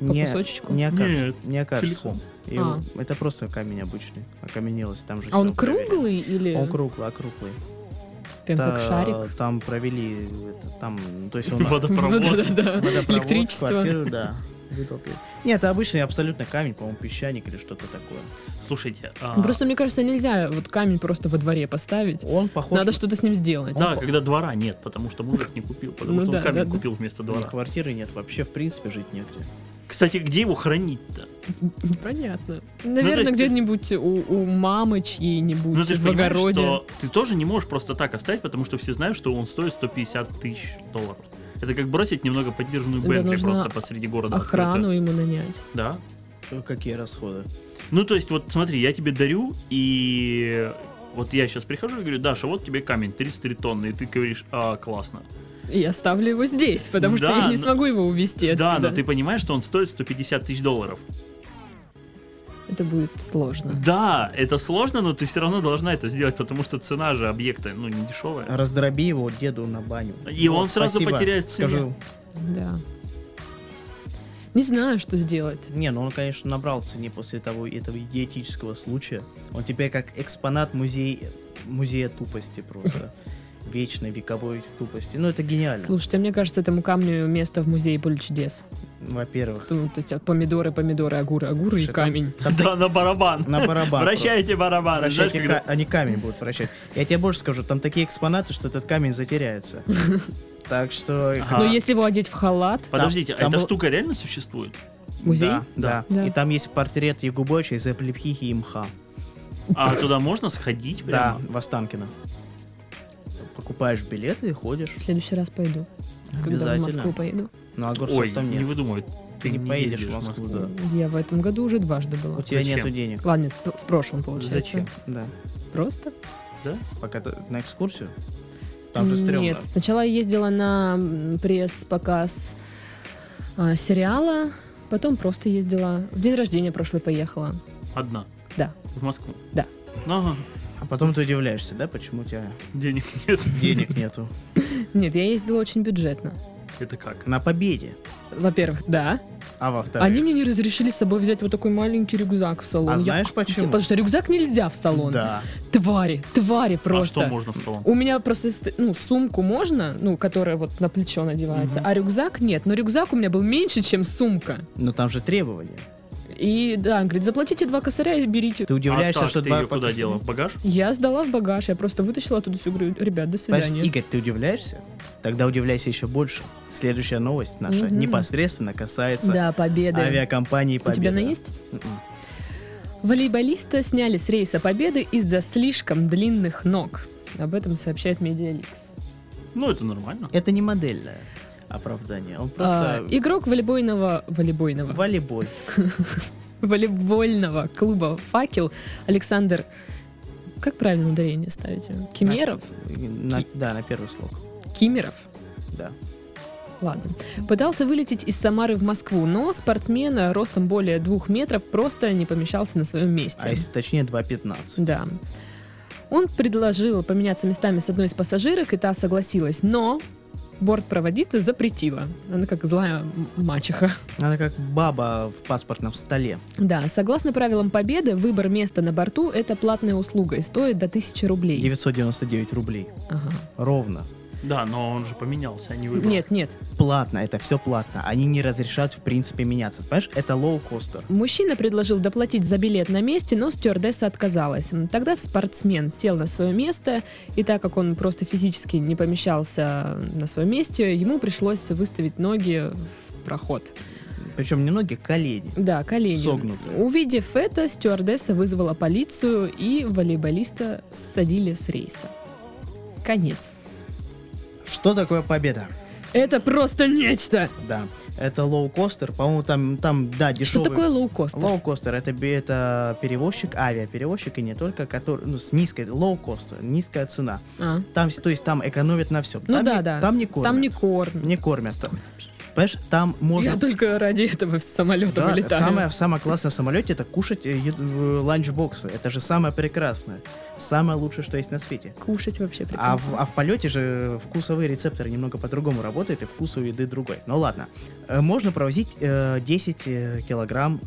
S1: По кусочечку?
S2: Не окажется.
S3: Нет,
S2: не окажется.
S3: целиком.
S2: И его-
S1: А.
S2: Это просто камень обычный. Окаменелось там же.
S1: А он
S2: всё проверяли.
S1: круглый или
S2: Он круглый, округлый.
S1: прям как
S2: Та-
S1: шарик? *laughs*
S2: Там провели, это, там, то есть он
S1: Ну
S3: Водопровод.
S1: Да-да-да.
S2: водопровод,
S1: Электричество.
S2: квартиру, да. вытолкали. Нет, это обычный абсолютно камень, по-моему, песчаник или что-то такое.
S3: Слушайте, а,
S1: Ну, Просто, мне кажется, нельзя вот камень просто во дворе поставить.
S2: Он похож
S1: Надо
S2: на-
S1: что-то с ним сделать.
S3: да, когда двора нет, потому что мужик не купил, потому
S1: Ну
S3: что
S1: да,
S3: он камень
S1: да, да.
S3: купил вместо
S2: У них
S3: двора.
S2: квартиры нет, вообще в принципе жить негде.
S3: Кстати, где его хранить-то?
S1: Понятно.
S3: Ну, то
S1: Наверное,
S3: есть ты-
S1: где-нибудь у, у мамы чьей-нибудь
S3: Ну, ты же
S1: в
S3: понимаешь,
S1: огороде.
S3: что ты тоже не можешь просто так оставить, потому что все знают, что он стоит 150 тысяч долларов. Это как бросить немного поддержанную
S1: Да,
S3: Бентли
S1: нужно
S3: просто посреди города. открыто.
S1: Охрану ему нанять.
S3: Да.
S2: Э, Какие расходы?
S3: Ну, то есть, вот смотри, я тебе дарю, и вот я сейчас прихожу и говорю, Даша, вот тебе камень 33 тонны, и ты говоришь, а, классно.
S1: И оставлю его здесь, потому что
S3: Да,
S1: я не
S3: но-
S1: смогу его увезти
S3: да,
S1: отсюда.
S3: но ты понимаешь, что он стоит 150 тысяч долларов.
S1: Это будет сложно.
S3: Да, это сложно, но ты все равно должна это сделать, потому что цена же объекта, ну, не дешевая.
S2: Раздроби его деду на баню.
S3: И он сразу
S2: спасибо.
S3: потеряет цене.
S2: Скажу,
S1: Да. Не знаю, что сделать.
S2: не, ну он, конечно, набрал в цене после того этого диетического случая. Он теперь как экспонат музей, музея тупости просто.
S1: *laughs*
S2: Вечной вековой тупости. Ну это гениально.
S1: Слушайте, а мне кажется, этому камню место в музее поле чудес.
S2: Во-первых,
S1: Ну, то есть а, помидоры, помидоры, огуры, огуры и
S2: Слушай, А там-
S1: камень.
S3: *laughs* Да, на барабан.
S2: на барабан.
S3: *laughs* Вращайте барабан.
S2: просто.
S3: Знаешь,
S2: Вращайте
S3: когда-
S2: ка- Они камень будут вращать. Я тебе больше скажу, там такие экспонаты, что этот
S1: *laughs*
S2: камень затеряется. Так что...
S3: Ага.
S1: Но если его одеть в халат,
S3: Подождите, а
S2: там
S3: эта
S2: был-
S3: штука реально существует?
S1: музей,
S2: Да, да.
S1: Да.
S2: И там есть портрет Ягубоча из Эплепхихи и МХА.
S3: А туда можно сходить
S2: Да,
S3: прямо?
S2: в Останкино. Покупаешь билеты и ходишь.
S1: в следующий раз пойду, когда в Москву
S2: Обязательно.
S1: поеду.
S2: Но огурцов
S3: Ой,
S2: там
S3: не
S2: нет.
S3: выдумывай.
S2: Ты не поедешь в Москву, да.
S1: Я в этом году уже дважды
S2: У
S1: была.
S2: тебя
S3: Зачем?
S2: нету денег.
S1: Ладно, нет, в прошлом, получается.
S3: Зачем?
S2: Да.
S1: Просто?
S2: Пока ты на экскурсию. Там же стрёмно.
S1: Нет, сначала я ездила на м, пресс-показ а, сериала, потом просто ездила. В день рождения прошлый поехала.
S3: Одна.
S1: Да.
S3: В Москву.
S1: Да.
S3: Ну, ага,
S2: А потом ты удивляешься, да, почему у тебя
S3: денег *laughs* нет.
S2: денег нету.
S1: Нет, я ездила очень бюджетно.
S3: Это как? А
S2: На победе.
S1: Во-первых, да.
S2: А
S1: Они
S2: во-вторых...
S1: мне не разрешили с собой взять вот такой маленький рюкзак в салон.
S2: А
S1: Я- типа,
S2: знаешь почему?
S1: Потому что рюкзак нельзя в салон.
S2: Да.
S1: Твари, твари просто.
S3: А что можно в салон?
S1: У меня просто ст- ну, сумку можно, ну, которая вот на плечо надевается,
S2: Мгм.
S1: а рюкзак нет. Но рюкзак у меня был меньше, чем сумка.
S2: Но там же требования.
S1: И да, говорит, заплатите два косаря и берите.
S2: Ты удивляешься,
S3: а
S2: что
S3: ты
S2: два
S3: ее куда
S2: показ-
S3: дела? В багаж?
S1: Я сдала в багаж, я просто вытащила оттуда все, говорю, ребят, до
S2: Понимаешь,
S1: свидания.
S2: Игорь, ты удивляешься? Тогда удивляйся еще больше. Следующая новость наша
S1: Мгм.
S2: непосредственно касается
S1: Да, победа.
S2: авиакомпании
S1: У
S2: Победа.
S1: тебя она есть?
S2: Мгм.
S1: Волейболиста М-м. сняли с рейса Победы из-за слишком длинных ног. Об этом сообщает Медиаликс.
S3: Ну, это нормально.
S2: Это не модельное оправдание. Он просто
S1: А, игрок волейбольного... Волейбольного.
S2: волейболь.
S1: волейбольного клуба «Факел» Александр... Как правильно ударение ставите? Кимеров?
S2: На- да, на первый слог.
S1: Кимеров?
S2: Да.
S1: Ладно. Пытался вылететь из Самары в Москву, но спортсмен ростом более двух метров просто не помещался на своем месте.
S2: А если точнее 2.15.
S1: Да. Он предложил поменяться местами с одной из пассажирок, и та согласилась, но бортпроводница запретила. Она как злая м- мачеха.
S2: Она как баба в паспортном столе.
S1: Да, согласно правилам Победы, выбор места на борту – это платная услуга и стоит до 1000 рублей.
S2: 999 рублей.
S1: Ага.
S2: Ровно.
S3: Да, но он же поменялся, а не выбрал.
S1: Нет, нет.
S2: Платно, это все платно. Они не разрешают, в принципе, меняться. Понимаешь, это лоукостер.
S1: Мужчина предложил доплатить за билет на месте, но стюардесса отказалась. Тогда спортсмен сел на свое место, и так как он просто физически не помещался на своем месте, ему пришлось выставить ноги в проход.
S2: Причем не ноги, колени.
S1: Да, колени.
S2: Согнутые.
S1: Увидев это, стюардесса вызвала полицию, и волейболиста ссадили с рейса. Конец.
S2: Что такое победа?
S1: Это просто нечто!
S2: Да, это лоукостер. По-моему, там, там да,
S1: Что
S2: дешевый.
S1: такое лоукостер?
S2: Лоукостер это, бе- это перевозчик, авиаперевозчик, и не только, который, ну, с низкой, лоукостер, низкая цена.
S1: А,
S2: Там, с- то есть там экономят на всем.
S1: Ну
S2: там
S1: да,
S2: не,
S1: да.
S2: Там не кормят.
S1: Там не кормят.
S2: не кормят. Там- Понимаешь, там
S1: Я
S2: можно...
S1: только ради этого с самолета
S2: Да,
S1: вылетаю.
S2: самое, самое классное в самолете это кушать э, ед- э, ланчбоксы. Это же самое прекрасное. Самое лучшее, что есть на свете.
S1: Кушать вообще
S2: А
S1: прекрасно.
S2: в, а в полете же вкусовые рецепторы немного по-другому работают, и вкус у еды другой. Ну ладно. Э, Можно провозить э, 10 э, килограмм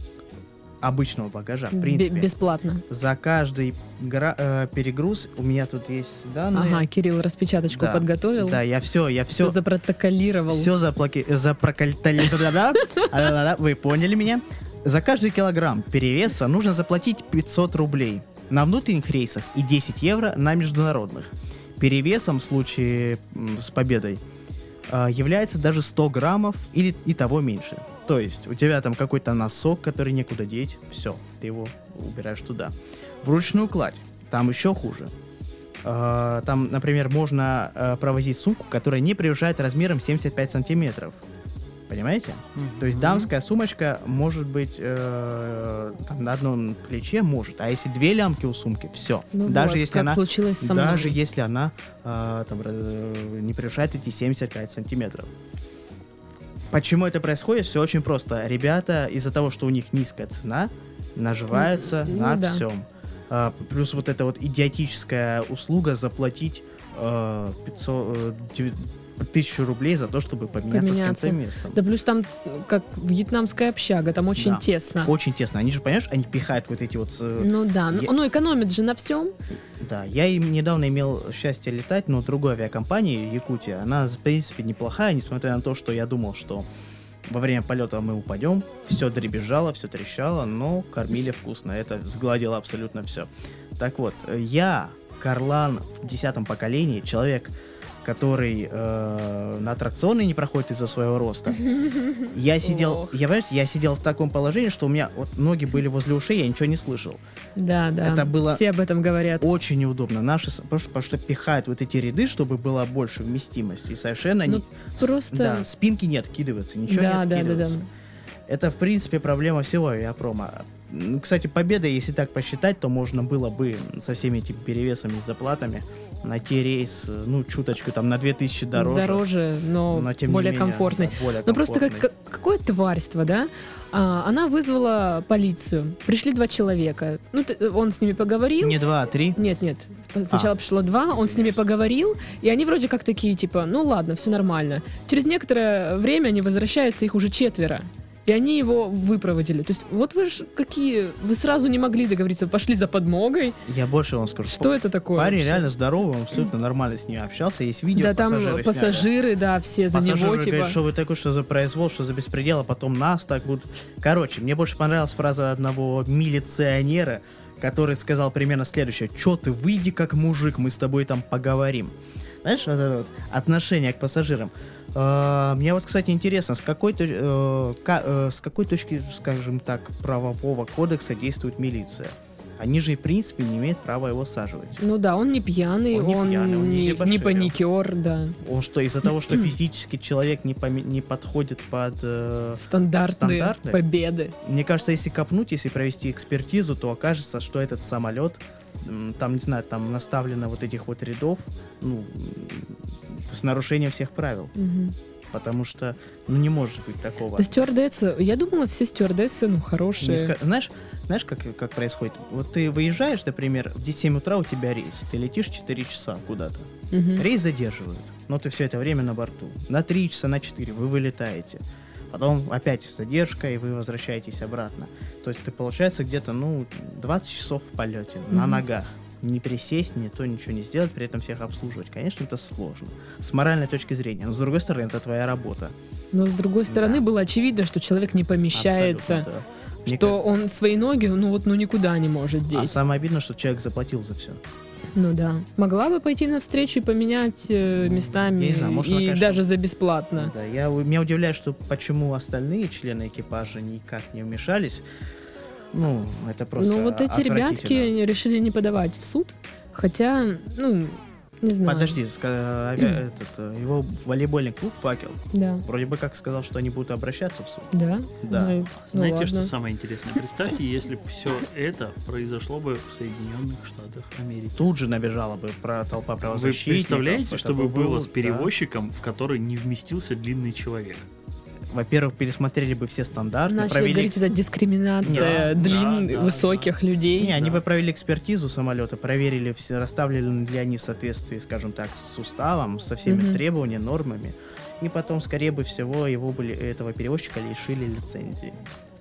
S2: обычного багажа, в
S1: Бе-
S2: принципе.
S1: бесплатно.
S2: За каждый гра- э, перегруз у меня тут есть данные.
S1: Ага, Кирилл распечаточку
S2: Да.
S1: подготовил.
S2: Да, я все, я
S1: все,
S2: все,
S1: запротоколировал.
S2: все заплаки- запрокальтали. Да-да-да. А-да-да-да. Вы поняли меня? За каждый килограмм перевеса нужно заплатить 500 рублей на внутренних рейсах и 10 евро на международных. Перевесом в случае м, с победой а, является даже 100 граммов или и того меньше. То есть у тебя там какой-то носок, который некуда деть, все, ты его убираешь туда. Вручную кладь, там еще хуже. А, Там, например, можно а, провозить сумку, которая не превышает размером 75 сантиметров. Понимаете? То есть дамская сумочка может быть э, там, на одном плече, может. А если две лямки у сумки, все.
S1: Ну
S2: даже
S1: вот,
S2: если
S1: как
S2: она
S1: случилось со мной.
S2: даже если она а, там, э, не превышает эти 75 сантиметров. Почему это происходит? Все очень просто. Ребята из-за того, что у них низкая цена, наживаются
S1: Ну,
S2: на
S1: да.
S2: всем. плюс вот эта вот идиотическая услуга заплатить э, 500, э, деви- 1000 рублей за то, чтобы поменяться, с
S1: Поменяться.
S2: концем местом.
S1: Да плюс там э, как вьетнамская общага, там очень
S2: Да.
S1: тесно.
S2: Очень тесно. Они же, понимаешь, они пихают вот эти вот... э,
S1: Ну да, ну,
S2: Я-
S1: ну, экономит же на всем.
S2: Да, я им недавно имел счастье летать, но другой авиакомпании, Якутия, она, в принципе, неплохая, несмотря на то, что я думал, что во время полета мы упадем, все дребезжало, все трещало, но кормили вкусно, это сгладило абсолютно все. Так вот, э, я, Карлан в десятом поколении, человек, который э, на аттракционы не проходит из-за своего роста. Я сидел,
S1: Ох.
S2: я, понимаешь, я сидел в таком положении, что у меня вот ноги были возле ушей, я ничего не слышал.
S1: Да, да.
S2: Это было-
S1: Все об этом говорят.
S2: Очень неудобно. Наши, с- потому что, потому что пихают вот эти ряды, чтобы была больше вместимости. И совершенно
S1: Ну,
S2: не- с-
S1: просто-
S2: да, спинки не откидываются, ничего
S1: да,
S2: не
S1: да, да, да.
S2: откидывается. Это, в принципе, проблема всего авиапрома. М, Кстати, победа, если так посчитать, то можно было бы со всеми этими перевесами и заплатами найти рейс, э, ну, чуточку там на 2000 дороже.
S1: но,
S2: но тем не
S1: более
S2: менее,
S1: комфортный.
S2: да, более
S1: Ну просто как,
S2: комфортный.
S1: как- какое тварство, да? А, она вызвала полицию. Пришли два человека. Ну, ты- он с ними поговорил.
S2: Не два, а три.
S1: Нет, нет. Сп- Сначала пришло два, он с ними
S2: А. извиняюсь.
S1: поговорил, и они вроде как такие, типа, ну ладно, все нормально. Через некоторое время они возвращаются, их уже четверо. И они его выпроводили. То есть, вот вы же какие... Вы сразу не могли договориться, пошли за подмогой.
S2: Я больше вам скажу.
S1: Что это такое?
S2: Парень
S1: вообще?
S2: реально здоровый, он абсолютно нормально с ним общался. Есть видео,
S1: Да, там
S2: пассажиры
S1: пассажиры,
S2: сняли.
S1: да, все за
S2: Пассажиры
S1: него,
S2: говорят,
S1: типа...
S2: что вы такой, что за произвол, что за беспредел, а потом нас так будут. Короче, мне больше понравилась фраза одного милиционера, который сказал примерно следующее. Чё ты, выйди как мужик, мы с тобой там поговорим. Знаешь, вот это вот отношение к пассажирам. Э, Мне вот, кстати, интересно, с какой, точ- э, ка- э, с какой точки, скажем так, правового кодекса действует милиция? Они же, в принципе, не имеют права его саживать.
S1: Ну да, он не пьяный,
S2: Он
S1: он,
S2: не пьяный, он не
S1: не,
S2: дебоширил.
S1: паникер, да.
S2: Он что, из-за того, что физически человек не, поме- не подходит под... э,
S1: Стандартные
S2: Стандартные?
S1: победы.
S2: Мне кажется, если копнуть, если провести экспертизу, то окажется, что этот самолет, м, там, не знаю, там наставлено вот этих вот рядов, ну, м, с нарушением всех правил.
S1: Мгм.
S2: Потому что, ну, не может быть такого.
S1: Да стюардессы, я думала, все стюардессы, ну, хорошие.
S2: Не ска- Знаешь, знаешь как, как происходит? Вот ты выезжаешь, например, в 7 утра у тебя рейс, ты летишь 4 часа куда-то.
S1: Мгм.
S2: Рейс задерживают, но ты все это время на борту. На 3 часа, на 4 вы вылетаете. Потом опять задержка, и вы возвращаетесь обратно. То есть ты, получается, где-то, ну, 20 часов в полете, на
S1: Мгм.
S2: ногах. Не присесть, ни то, ничего не сделать, при этом всех обслуживать. Конечно, это сложно. С моральной точки зрения. Но, с другой стороны, это твоя работа.
S1: Но с другой стороны,
S2: Да.
S1: было очевидно, что человек не помещается,
S2: Абсолютно, да. Мне
S1: что он свои ноги, ну вот, ну никуда не может
S2: кажется, А
S1: деть.
S2: самое обидное, что человек заплатил за все.
S1: Ну да. Могла бы пойти навстречу и поменять э,
S2: Ну,
S1: местами
S2: я не знаю, может,
S1: и
S2: она, конечно,
S1: даже за бесплатно.
S2: Ну Да, я, у- меня удивляет, что почему остальные члены экипажа никак не вмешались. Ну, это просто
S1: ну вот эти
S2: отвратительно.
S1: ребятки решили не подавать в суд, хотя, ну, не знаю.
S2: Подожди, ска- авиа- этот, э, его волейбольный клуб «Факел»
S1: Да.
S2: вроде бы как сказал, что они будут обращаться в суд.
S1: Да?
S2: Да.
S1: Ну,
S3: Знаете, что
S1: ладно.
S3: самое интересное? Представьте, если бы все это произошло бы в Соединенных Штатах Америки.
S2: Тут же набежала бы про толпа
S3: Вы
S2: правозащитников.
S3: представляете,
S2: это
S3: что бы
S2: бы
S3: было
S2: был,
S3: с
S2: да.
S3: перевозчиком, в который не вместился длинный человек?
S2: Во-первых, пересмотрели бы все стандарты,
S1: Начали
S2: провели...
S1: говорить, это дискриминация
S3: Да,
S1: длин
S3: да, да,
S1: высоких людей.
S2: Не, они
S3: Да.
S2: бы провели экспертизу самолета, проверили, все, расставлены ли они в соответствии, скажем так, с уставом, со всеми
S1: Мгм.
S2: требованиями, нормами. И потом, скорее бы всего, его были, этого перевозчика лишили лицензии.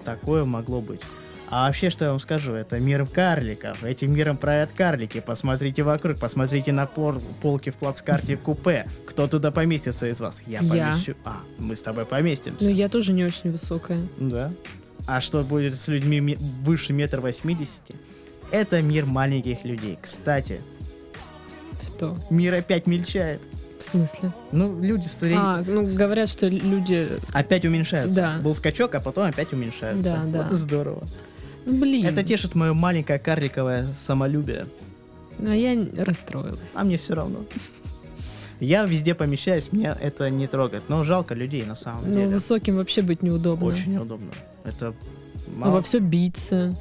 S2: Такое могло быть. А вообще, что я вам скажу, это мир карликов. Этим миром правят карлики. Посмотрите вокруг, посмотрите на пор- полки в плацкарте в купе. Кто туда поместится из вас? Я
S1: Я.
S2: помещу. А, мы с тобой
S1: Но
S2: поместимся.
S1: Ну, я тоже не очень высокая.
S2: Да. А что будет с людьми ми- выше метр восьмидесяти? Это мир маленьких людей. Кстати,
S1: Что?
S2: мир опять мельчает.
S1: В смысле?
S2: Ну, люди средние.
S1: А, ну говорят, что люди...
S2: Опять уменьшаются.
S1: Да.
S2: Был скачок, а потом опять уменьшаются.
S1: Да, да.
S2: Вот и здорово.
S1: Ну, блин.
S2: Это тешит мое маленькое карликовое самолюбие.
S1: А я н- расстроилась.
S2: А мне все равно. Я везде помещаюсь, меня это не трогает. Но жалко людей на самом
S1: Ну,
S2: деле.
S1: высоким вообще быть неудобно.
S2: Очень неудобно. Это
S1: А
S2: мало.
S1: во все биться.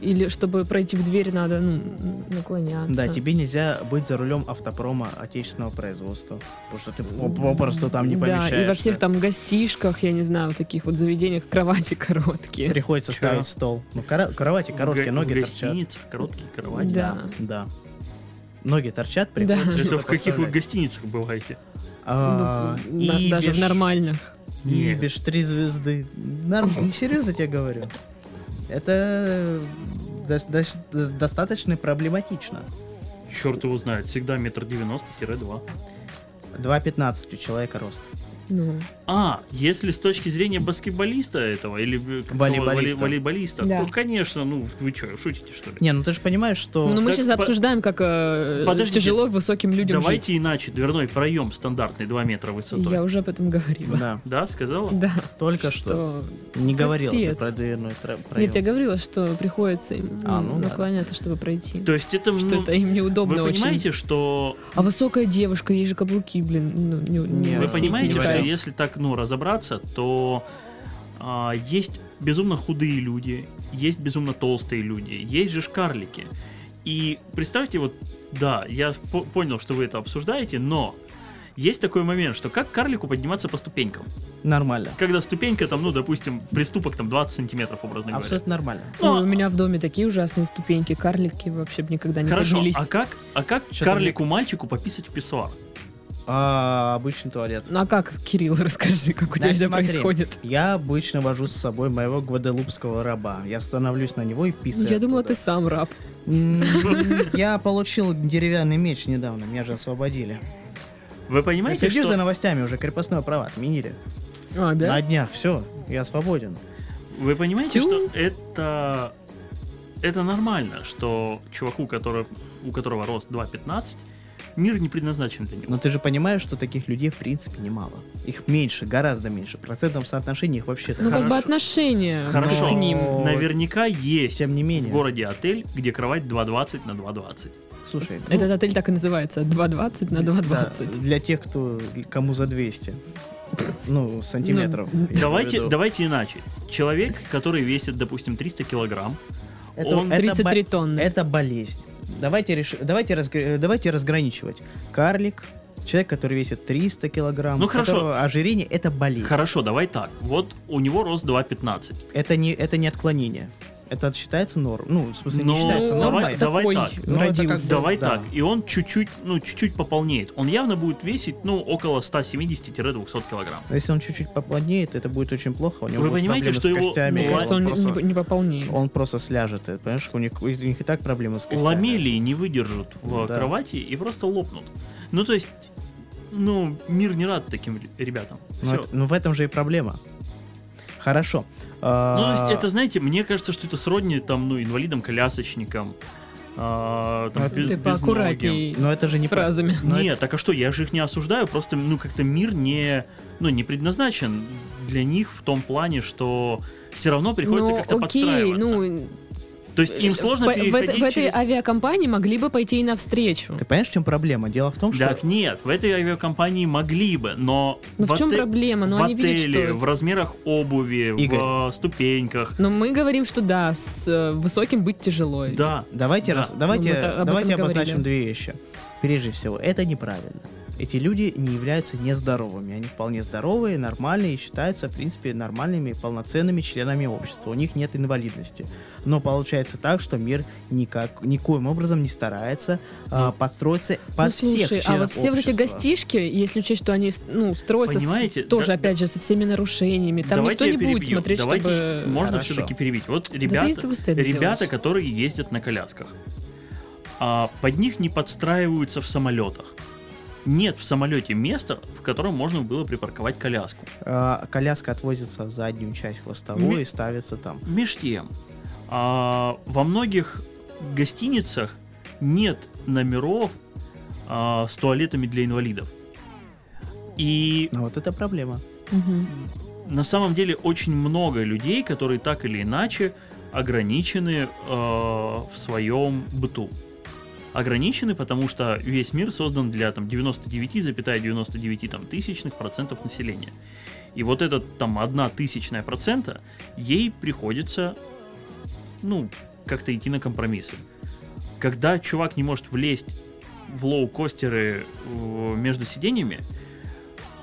S1: Или чтобы пройти в дверь, надо ну, н- наклоняться.
S2: Да, тебе нельзя быть за рулем автопрома отечественного производства. Потому что ты поп- попросту там не помещаешься.
S1: Да, и во всех там гостишках, я не знаю, таких вот заведениях кровати короткие.
S2: Приходится
S3: Чё?
S2: ставить стол. Ну, кара- кровати, короткие
S3: В га-
S2: ноги
S3: в
S2: торчат.
S3: гостиницах короткие кровати.
S1: Да.
S2: Да. Ноги торчат, приходится.
S1: Да.
S3: Это
S2: что-то
S3: в каких вы
S2: поставлять.
S3: гостиницах бываете?
S2: А,
S1: Ну,
S2: и
S1: на- даже
S2: без-
S1: в нормальных.
S2: И
S3: Нет.
S2: без три звезды.
S1: *laughs*
S2: Нормально, серьезно тебе говорю. Это э, дос- дос- достаточно проблематично.
S3: Черт его знает, всегда метр девяносто-два.
S2: 2,15 у человека рост.
S1: Ну,
S3: А, если с точки зрения баскетболиста этого или э, какого
S2: Волейболиста.
S3: воле- волейболиста,
S1: Да.
S3: то, конечно, ну вы что, шутите что ли?
S2: Не, ну ты же понимаешь, что...
S1: Ну, мы
S3: так
S1: сейчас
S3: по-
S1: обсуждаем, как э,
S3: Подождите.
S1: тяжело высоким людям жить.
S3: Давайте иначе, дверной проем стандартный 2 метра высотой.
S1: Я уже об этом говорила.
S2: Да,
S3: Да, сказала?
S1: Да.
S2: только что. Не говорил ты
S1: Капец.
S2: про дверной тра-
S1: Нет, я
S2: проем.
S1: говорила, что приходится им
S2: А,
S1: м,
S2: ну да.
S1: наклоняться, чтобы пройти.
S3: То есть это...
S1: Что
S3: ну,
S1: это им
S3: вы
S1: неудобно очень.
S3: понимаете, что...
S1: А высокая девушка, ей же каблуки, блин. Ну, не, не
S2: Не,
S3: Вы
S2: Россия
S1: носить,
S3: понимаете,
S1: не
S3: что
S1: нравится.
S3: если так, ну, разобраться, то а, есть безумно худые люди, есть безумно толстые люди, есть же шкарлики. И представьте, вот, да, я по- понял, что вы это обсуждаете, но есть такой момент, что как карлику подниматься по ступенькам?
S2: Нормально.
S3: Когда ступенька там, ну, допустим, приступок там 20 сантиметров, образно говоря.
S2: Абсолютно нормально.
S1: Ой,
S3: Ну,
S1: у меня в доме такие ужасные ступеньки, карлики вообще бы никогда не
S3: Хорошо,
S1: поднялись.
S3: а как, а как
S2: Чё-то
S3: карлику-мальчику пописать в писсуар?
S2: А, обычный туалет.
S1: Ну а как, Кирилл, *laughs* расскажи, как у тебя
S2: Значит,
S1: это
S2: смотри,
S1: происходит?
S2: Я обычно вожу с собой моего гваделупского раба. Я становлюсь на него и писаю.
S1: Я думала, ты
S2: оттуда.
S1: сам раб.
S2: М, Я получил деревянный меч недавно, меня же освободили.
S3: Вы понимаете,
S2: Следишь
S3: что...
S2: за новостями, уже крепостное право отменили.
S1: А,
S2: На
S1: да?
S2: днях, все, я свободен.
S3: Вы понимаете,
S1: Тю.
S3: что это... Это нормально, что чуваку, который, у которого рост 2.15, мир не предназначен для него.
S2: Но ты же понимаешь, что таких людей в принципе немало. Их меньше, гораздо меньше. В процентном соотношении их вообще
S1: Ну как бы
S3: Хорошо.
S1: отношение
S3: Хорошо.
S1: к ним.
S2: Но-
S3: Наверняка есть
S2: Ну, Тем не
S3: в
S2: менее.
S3: городе отель, где кровать 2.20 на 2.20.
S2: Слушай, ну,
S1: Этот отель так и называется, 2.20 на
S2: да,
S1: 2.20.
S2: для тех, кто кому за 200. Ну, сантиметров. я имею в
S3: Давайте,
S2: виду.
S3: давайте иначе. Человек, который весит, допустим, 300 килограмм,
S2: Это-
S3: он-
S2: это
S1: 33
S2: бо-
S1: тонны.
S2: Это болезнь. Давайте, реш... давайте, разг- давайте разграничивать. Карлик, человек, который весит 300 килограмм,
S3: Ну,
S2: у
S3: хорошо.
S2: которого ожирение – это болезнь.
S3: Хорошо, давай так. Вот у него рост 2.15.
S2: Это, не, это не отклонение. Это считается норм. Ну, в смысле,
S3: Ну,
S2: не считается
S3: давай-
S2: нормой.
S3: давай
S1: такой
S3: так.
S2: Ну, это
S1: родился.
S2: Ну,
S3: Давай
S2: да.
S3: так. И он чуть-чуть, ну, чуть-чуть пополнеет. Он явно будет весить, ну, около 170-200 килограмм.
S2: Но если он чуть-чуть поплотнеет, это будет очень плохо. У него
S3: Вы
S2: будут
S3: понимаете,
S2: проблемы
S3: что
S2: с
S3: его-
S2: костями.
S1: Мне
S3: Ну,
S1: кажется,
S2: он,
S1: он не- не
S2: просто,
S1: не пополнеет.
S2: он просто сляжет. э, Понимаешь, у них, у них и так проблемы с костями.
S3: Ламелии не выдержат в
S2: Да.
S3: кровати и просто лопнут. Ну, то есть, ну, мир не рад таким ре- ребятам.
S2: Ну,
S3: Всё.
S2: это- ну, в этом же и проблема. Хорошо. А,
S3: Ну, то есть, это, знаете, мне кажется, что это сродни там, ну, инвалидам-колясочникам. а, там,
S2: Ну, это
S3: без-
S1: Ты
S3: безногим.
S1: поаккуратней
S2: Но это же
S1: с
S2: не про-
S1: фразами.
S2: Но
S3: Нет, так а что, я же их не осуждаю, просто, ну, как-то мир не, ну, не предназначен для них в том плане, что все равно приходится
S1: Ну,
S3: как-то
S1: окей,
S3: подстраиваться.
S1: ну,
S3: То есть им сложно
S1: в, в этой-
S3: переходить
S1: в этой
S3: через...
S1: авиакомпании могли бы пойти и навстречу.
S2: Ты понимаешь, в чем проблема? Дело в том, что...
S3: Так нет, в этой авиакомпании могли бы, но...
S1: Ну
S3: в
S1: в чем
S3: оте-
S1: проблема? Ну
S3: в
S1: они
S3: отеле,
S1: видят, что...
S3: в размерах обуви, в
S2: Игорь.
S3: э, ступеньках.
S1: Но мы говорим, что да, с э, высоким быть тяжело.
S3: Да.
S2: Давайте,
S3: Да.
S2: раз- давайте,
S1: Ну, мы-то об
S2: давайте
S1: этом
S2: обозначим
S1: говорили.
S2: две вещи. Прежде всего, это неправильно. эти люди не являются нездоровыми. Они вполне здоровые, нормальные и считаются, в принципе, нормальными, полноценными членами общества. У них нет инвалидности. Но получается так, что мир никак, никоим образом не старается а, подстроиться под
S1: ну, слушай,
S2: всех
S1: а
S2: членов
S1: вот все вот эти
S2: общества.
S1: гостишки, если учесть, что они ну, строятся с-
S3: Понимаете,
S1: тоже,
S3: да-
S1: опять же, со всеми нарушениями, там никто
S3: Давайте
S1: не
S3: я
S1: будет
S3: перебью.
S1: смотреть,
S3: Давайте
S1: чтобы...
S3: Можно
S2: Хорошо.
S3: все-таки перебить. Вот
S1: Да
S3: ребята,
S1: блин, ты стыдно
S3: ребята,
S1: делаешь.
S3: которые ездят на колясках, а, под них не подстраиваются в самолетах. Нет в самолете места, в котором можно было припарковать коляску.
S2: А, коляска отвозится в заднюю часть хвостовую
S3: Ми-
S2: и ставится там.
S3: Меж тем, а, во многих гостиницах нет номеров а, с туалетами для инвалидов. И
S2: Но А вот это проблема.
S1: Мгм.
S3: на самом деле очень много людей, которые так или иначе ограничены э, в своем быту. Ограничены, потому что весь мир создан для там 99,99 там, тысячных процентов населения. И вот этот там одна тысячная процента, ей приходится, ну, как-то идти на компромиссы. Когда чувак не может влезть в лоукостеры э, между сиденьями,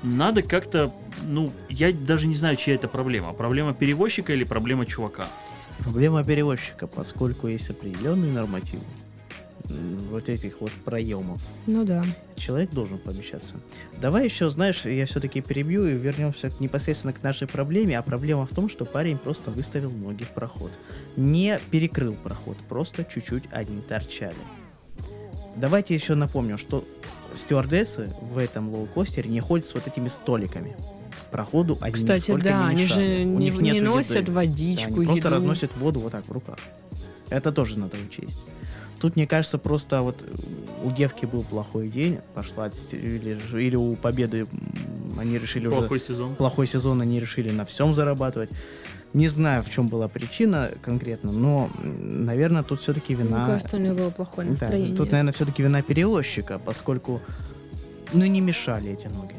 S3: надо как-то, ну, я даже не знаю, чья это проблема. Проблема перевозчика или проблема чувака?
S2: Проблема перевозчика, поскольку есть определенные нормативы м, вот этих вот проемов.
S1: Ну да.
S2: Человек должен помещаться. Давай еще, знаешь, я все-таки перебью и вернемся к- непосредственно к нашей проблеме. А проблема в том, что парень просто выставил ноги в проход. Не перекрыл проход, просто чуть-чуть они торчали. Давайте еще напомню, что стюардессы в этом лоукостере не ходят с вот этими столиками. Проходу они
S1: Кстати,
S2: нисколько
S1: да,
S2: не
S1: они
S2: мешают.
S1: же
S2: У
S1: не,
S2: них
S1: не
S2: нету еды.
S1: носят
S2: Да,
S1: водичку,
S2: они просто
S1: еду.
S2: разносят воду вот так в руках. Это тоже надо учесть. Тут, мне кажется, просто вот э, у девки был плохой день, пошла отсте- или, же- или у Победы м, они решили уже
S3: Плохой сезон.
S2: плохой сезон, они решили на всем зарабатывать. Не знаю, в чем была причина конкретно, но, наверное, тут все-таки
S1: Мне
S2: вина...
S1: кажется, у него было плохое
S2: Да,
S1: настроение.
S2: тут, наверное, все-таки вина перевозчика, поскольку, ну, не мешали эти ноги.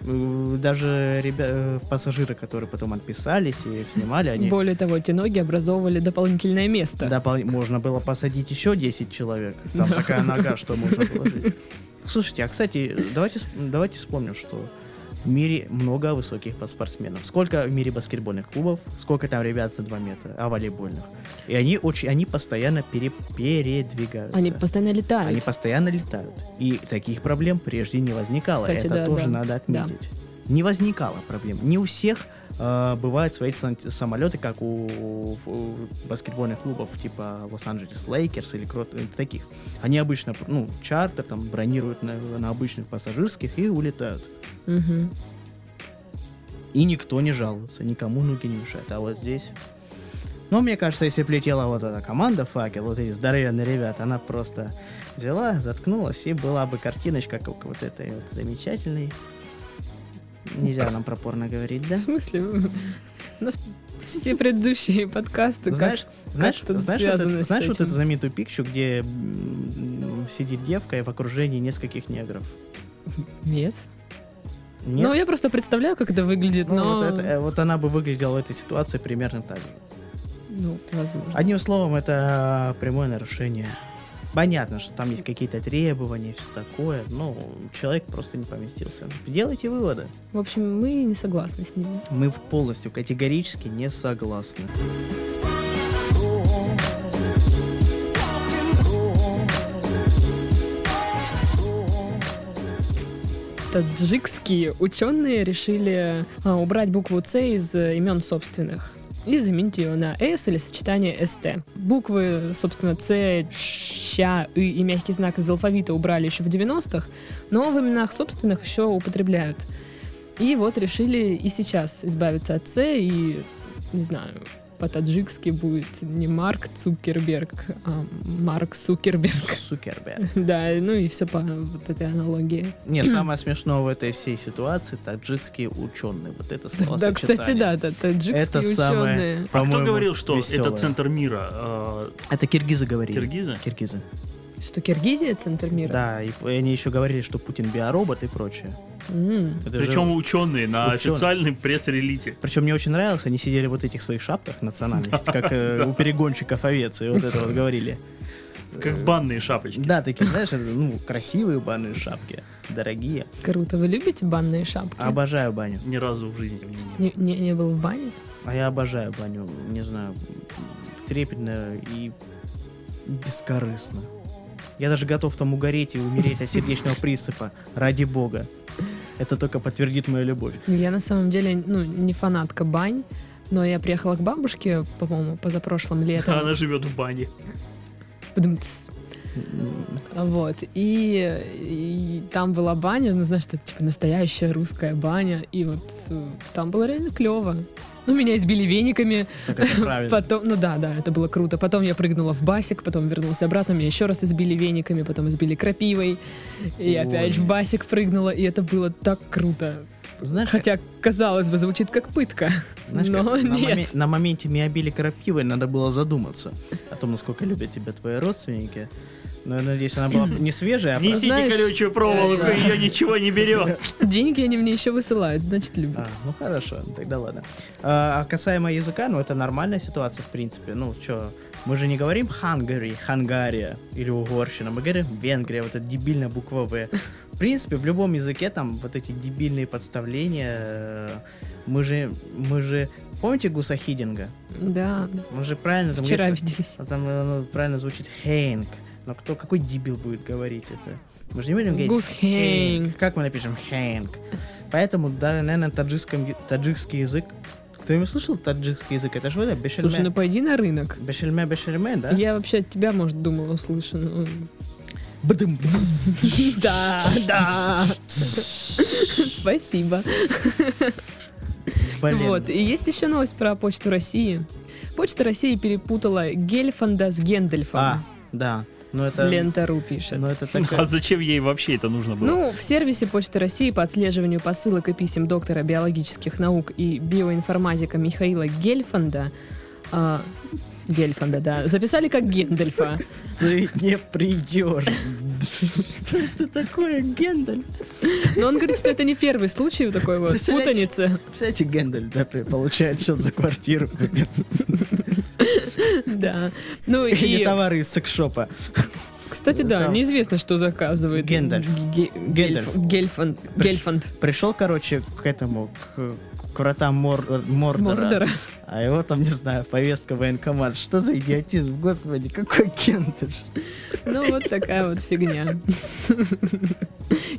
S2: Э, Даже ребя- э, пассажиры, которые потом отписались и снимали, они
S1: Более того, эти ноги образовывали дополнительное место.
S2: Допол- можно было посадить еще 10 человек. Там
S1: Да.
S2: такая нога, что можно
S1: *laughs*
S2: положить. Слушайте, а кстати, давайте, сп- давайте вспомним, что в мире много высоких по- спортсменов. Сколько в мире баскетбольных клубов, сколько там ребят за 2 метра, а волейбольных. И они очень, они постоянно пере- передвигаются.
S1: Они постоянно летают.
S2: Они постоянно летают. И таких проблем прежде не возникало.
S1: Кстати,
S2: Это
S1: да,
S2: тоже
S1: да.
S2: надо отметить. Не возникало проблем. Не у всех э, бывают свои сан- самолеты, как у, у баскетбольных клубов типа Лос-Анджелес Лейкерс или крот- э, таких. Они обычно, ну, чартер там бронируют на, на обычных пассажирских и улетают.
S1: Мгм.
S2: И никто не жалуется, никому ноги не мешают. А вот здесь... Но мне кажется, если бы летела вот эта команда «Факел», вот эти здоровенные ребята, она просто взяла, заткнулась, и была бы картиночка, как вот этой вот замечательной. Нельзя нам пропорно говорить, да?
S1: В смысле? У нас все предыдущие подкасты как
S2: Знаешь, знаешь,
S1: тут
S2: знаешь, вот,
S1: связано
S2: эту-
S1: с
S2: знаешь вот
S1: этим?
S2: эту знаменитую пикчу, где м, сидит девка и в окружении нескольких негров?
S1: Нет.
S2: Нет?
S1: Ну, я просто представляю, как это выглядит,
S2: Ну,
S1: но...
S2: вот, это- э, вот она бы выглядела в этой ситуации примерно так же.
S1: Ну, возможно.
S2: Одним словом, это прямое нарушение. Понятно, что там есть какие-то требования и все такое, но человек просто не поместился. Делайте выводы.
S1: В общем, мы не согласны с ними.
S2: Мы полностью категорически не согласны.
S1: Таджикские ученые решили а, убрать букву «С» из э, имен собственных и заменить ее на «С» или сочетание «СТ». Буквы, собственно, «Ц», «Ща», «Ы» и мягкий знак из алфавита убрали еще в 90-х, но в именах собственных еще употребляют. И вот решили и сейчас избавиться от «С» и, не знаю, по-таджикски будет не Марк Цукерберг, а Марк Сукерберг. *laughs*
S2: Сукерберг.
S1: Да, ну и все по вот этой аналогии.
S2: Не, самое смешное в этой всей ситуации таджикские ученые. Вот это
S1: Да,
S2: словосочетание.
S1: кстати, да, да, таджикские
S2: Это самое-
S1: ученые.
S3: А кто
S2: По-моему,
S3: говорил, что
S2: весёлое.
S3: это центр мира? э,
S2: Это киргизы говорили.
S3: киргизы?
S2: Киргизы.
S1: Что Киргизия центр мира?
S2: Да, и они еще говорили, что Путин биоробот и прочее.
S1: М.
S2: Это же-
S3: Причем ученые на
S2: Учёные.
S3: официальном пресс-релите.
S2: Причем мне очень нравилось, они сидели вот в этих своих шапках национальности, как э, у перегонщиков овец, и вот это вот говорили. Э.
S3: Как банные шапочки.
S2: Да, такие, знаешь, это, ну, красивые банные шапки. дорогие.
S1: Круто. Вы любите банные шапки?
S2: Обожаю баню.
S3: Ни разу в жизни в ней не
S1: Не, не- не был в бане?
S2: А я обожаю баню, не знаю, трепетно и бескорыстно. Я даже готов там угореть и умереть от сердечного приступа. Ради бога. Это только подтвердит мою любовь.
S1: Я на самом деле, ну, не фанатка бань, но я приехала к бабушке, по-моему, позапрошлым
S3: было.
S1: летом.
S3: Она живет в бане.
S1: Бдмц. Вот. И, и там была баня, ну, знаешь, это типа настоящая русская баня. И вот э, там было реально клево. Ну, меня избили вениками,
S2: Так это правильно.
S1: потом, ну да, да, это было круто. Потом я прыгнула в басик, потом вернулась обратно, меня еще раз избили вениками, потом избили крапивой, и
S2: Ой.
S1: опять в басик прыгнула, и это было так круто.
S2: Знаешь,
S1: Хотя, казалось бы, звучит как пытка. *laughs*
S2: Знаешь,
S1: Но
S2: как, на,
S1: нет.
S2: моме- на моменте меня били крапивой, надо было задуматься о том, насколько любят тебя твои родственники. Но я надеюсь, она была не свежая, а просто...
S3: Несите
S1: Знаешь, э,
S3: колючую проволоку,
S1: да.
S3: ее ничего
S2: *laughs*
S3: не берет.
S1: Деньги они мне еще высылают, значит, любят.
S2: А, ну хорошо, тогда ладно. А а касаемо языка, ну это нормальная ситуация, в принципе. Ну что, мы же не говорим Хангари, Хангария или Угорщина, мы говорим Венгрия, вот эта дебильная буква В. В принципе, в любом языке там вот эти дебильные подставления. э, Мы же, мы же, помните Гуса Хидинга?
S1: Да,
S2: Мы же правильно там
S1: вчера
S2: есть-
S1: виделись.
S2: А там оно правильно звучит Хэнк. Но кто, какой дебил будет говорить это? Мы же не будем говорить
S1: Гус Хэнк.
S2: Как мы напишем Хэнк? Поэтому, да, наверное, таджикском, таджикский язык. Кто-нибудь слышал таджикский язык? Это же вот это бешельме.
S1: Слушай, ну пойди на рынок.
S2: Бешельме, бешельме, да?
S1: Я вообще от тебя, может, думала, услышу. но-
S2: Бдым.
S1: *laughs* Да, да. *laughs* Спасибо.
S2: Блин.
S1: Ну Вот, и есть еще новость про Почту России. Почта России перепутала Гельфанда с Гендельфом.
S2: А, да. Ну это...
S1: Лента Ру пишет.
S2: Ну это
S3: А
S2: такая...
S3: зачем ей вообще это нужно *laughs* было?
S1: Ну, в сервисе Почты России по отслеживанию посылок и писем доктора биологических наук и биоинформатика Михаила Гельфанда а, Гельфанда, да, записали как Гендельфа.
S2: Ты не придешь. Что *laughs* это такое, Гендальф?
S1: Но он говорит, что это не первый случай вот такой вот
S2: Представляете?
S1: путаницы.
S2: Представляете, Гендальф да, при- получает счет
S1: *laughs*
S2: за квартиру.
S1: Да. Ну
S2: Или
S1: и,
S2: товары из секшопа.
S1: кстати, да,
S2: там-
S1: неизвестно, что заказывает.
S2: Гендальф.
S1: Ге-
S2: Гендальф.
S1: Гельф- Гельфанд. Гельфанд.
S2: Пришел, короче, к этому, к, к вратам Мор- э, Мордора.
S1: Мордора.
S2: А его там, не знаю, повестка в военкомат. Что за идиотизм, господи, какой кендыш.
S1: Ну, вот такая вот фигня.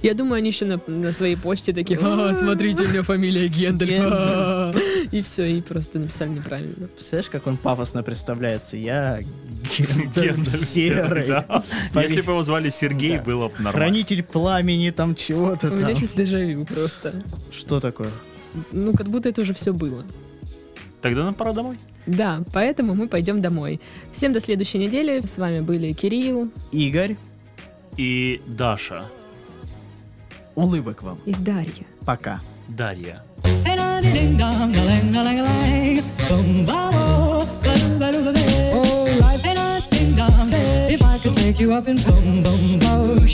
S1: Я думаю, они еще на, на своей почте такие, «А, смотрите, у меня фамилия Гендель. а». И все, и просто написали неправильно.
S2: Представляешь, как он пафосно представляется? Я
S3: Гендальф
S2: Гендальф *laughs* серый.
S3: *laughs* да.
S2: Поверь.
S3: Если бы его звали Сергей,
S2: Да.
S3: было бы нормально.
S2: Хранитель пламени там чего-то
S1: У меня
S2: там.
S1: сейчас дежавю просто.
S2: Что такое?
S1: Ну, как будто это уже все было.
S3: Тогда нам пора домой.
S1: Да, поэтому мы пойдем домой. Всем до следующей недели. С вами были Кирилл.
S2: Игорь,
S3: И Даша,
S2: улыбок вам.
S1: И Дарья.
S2: Пока.
S3: Дарья.
S4: Oh, life. Ding dong. If I could take you up in boom boom bo,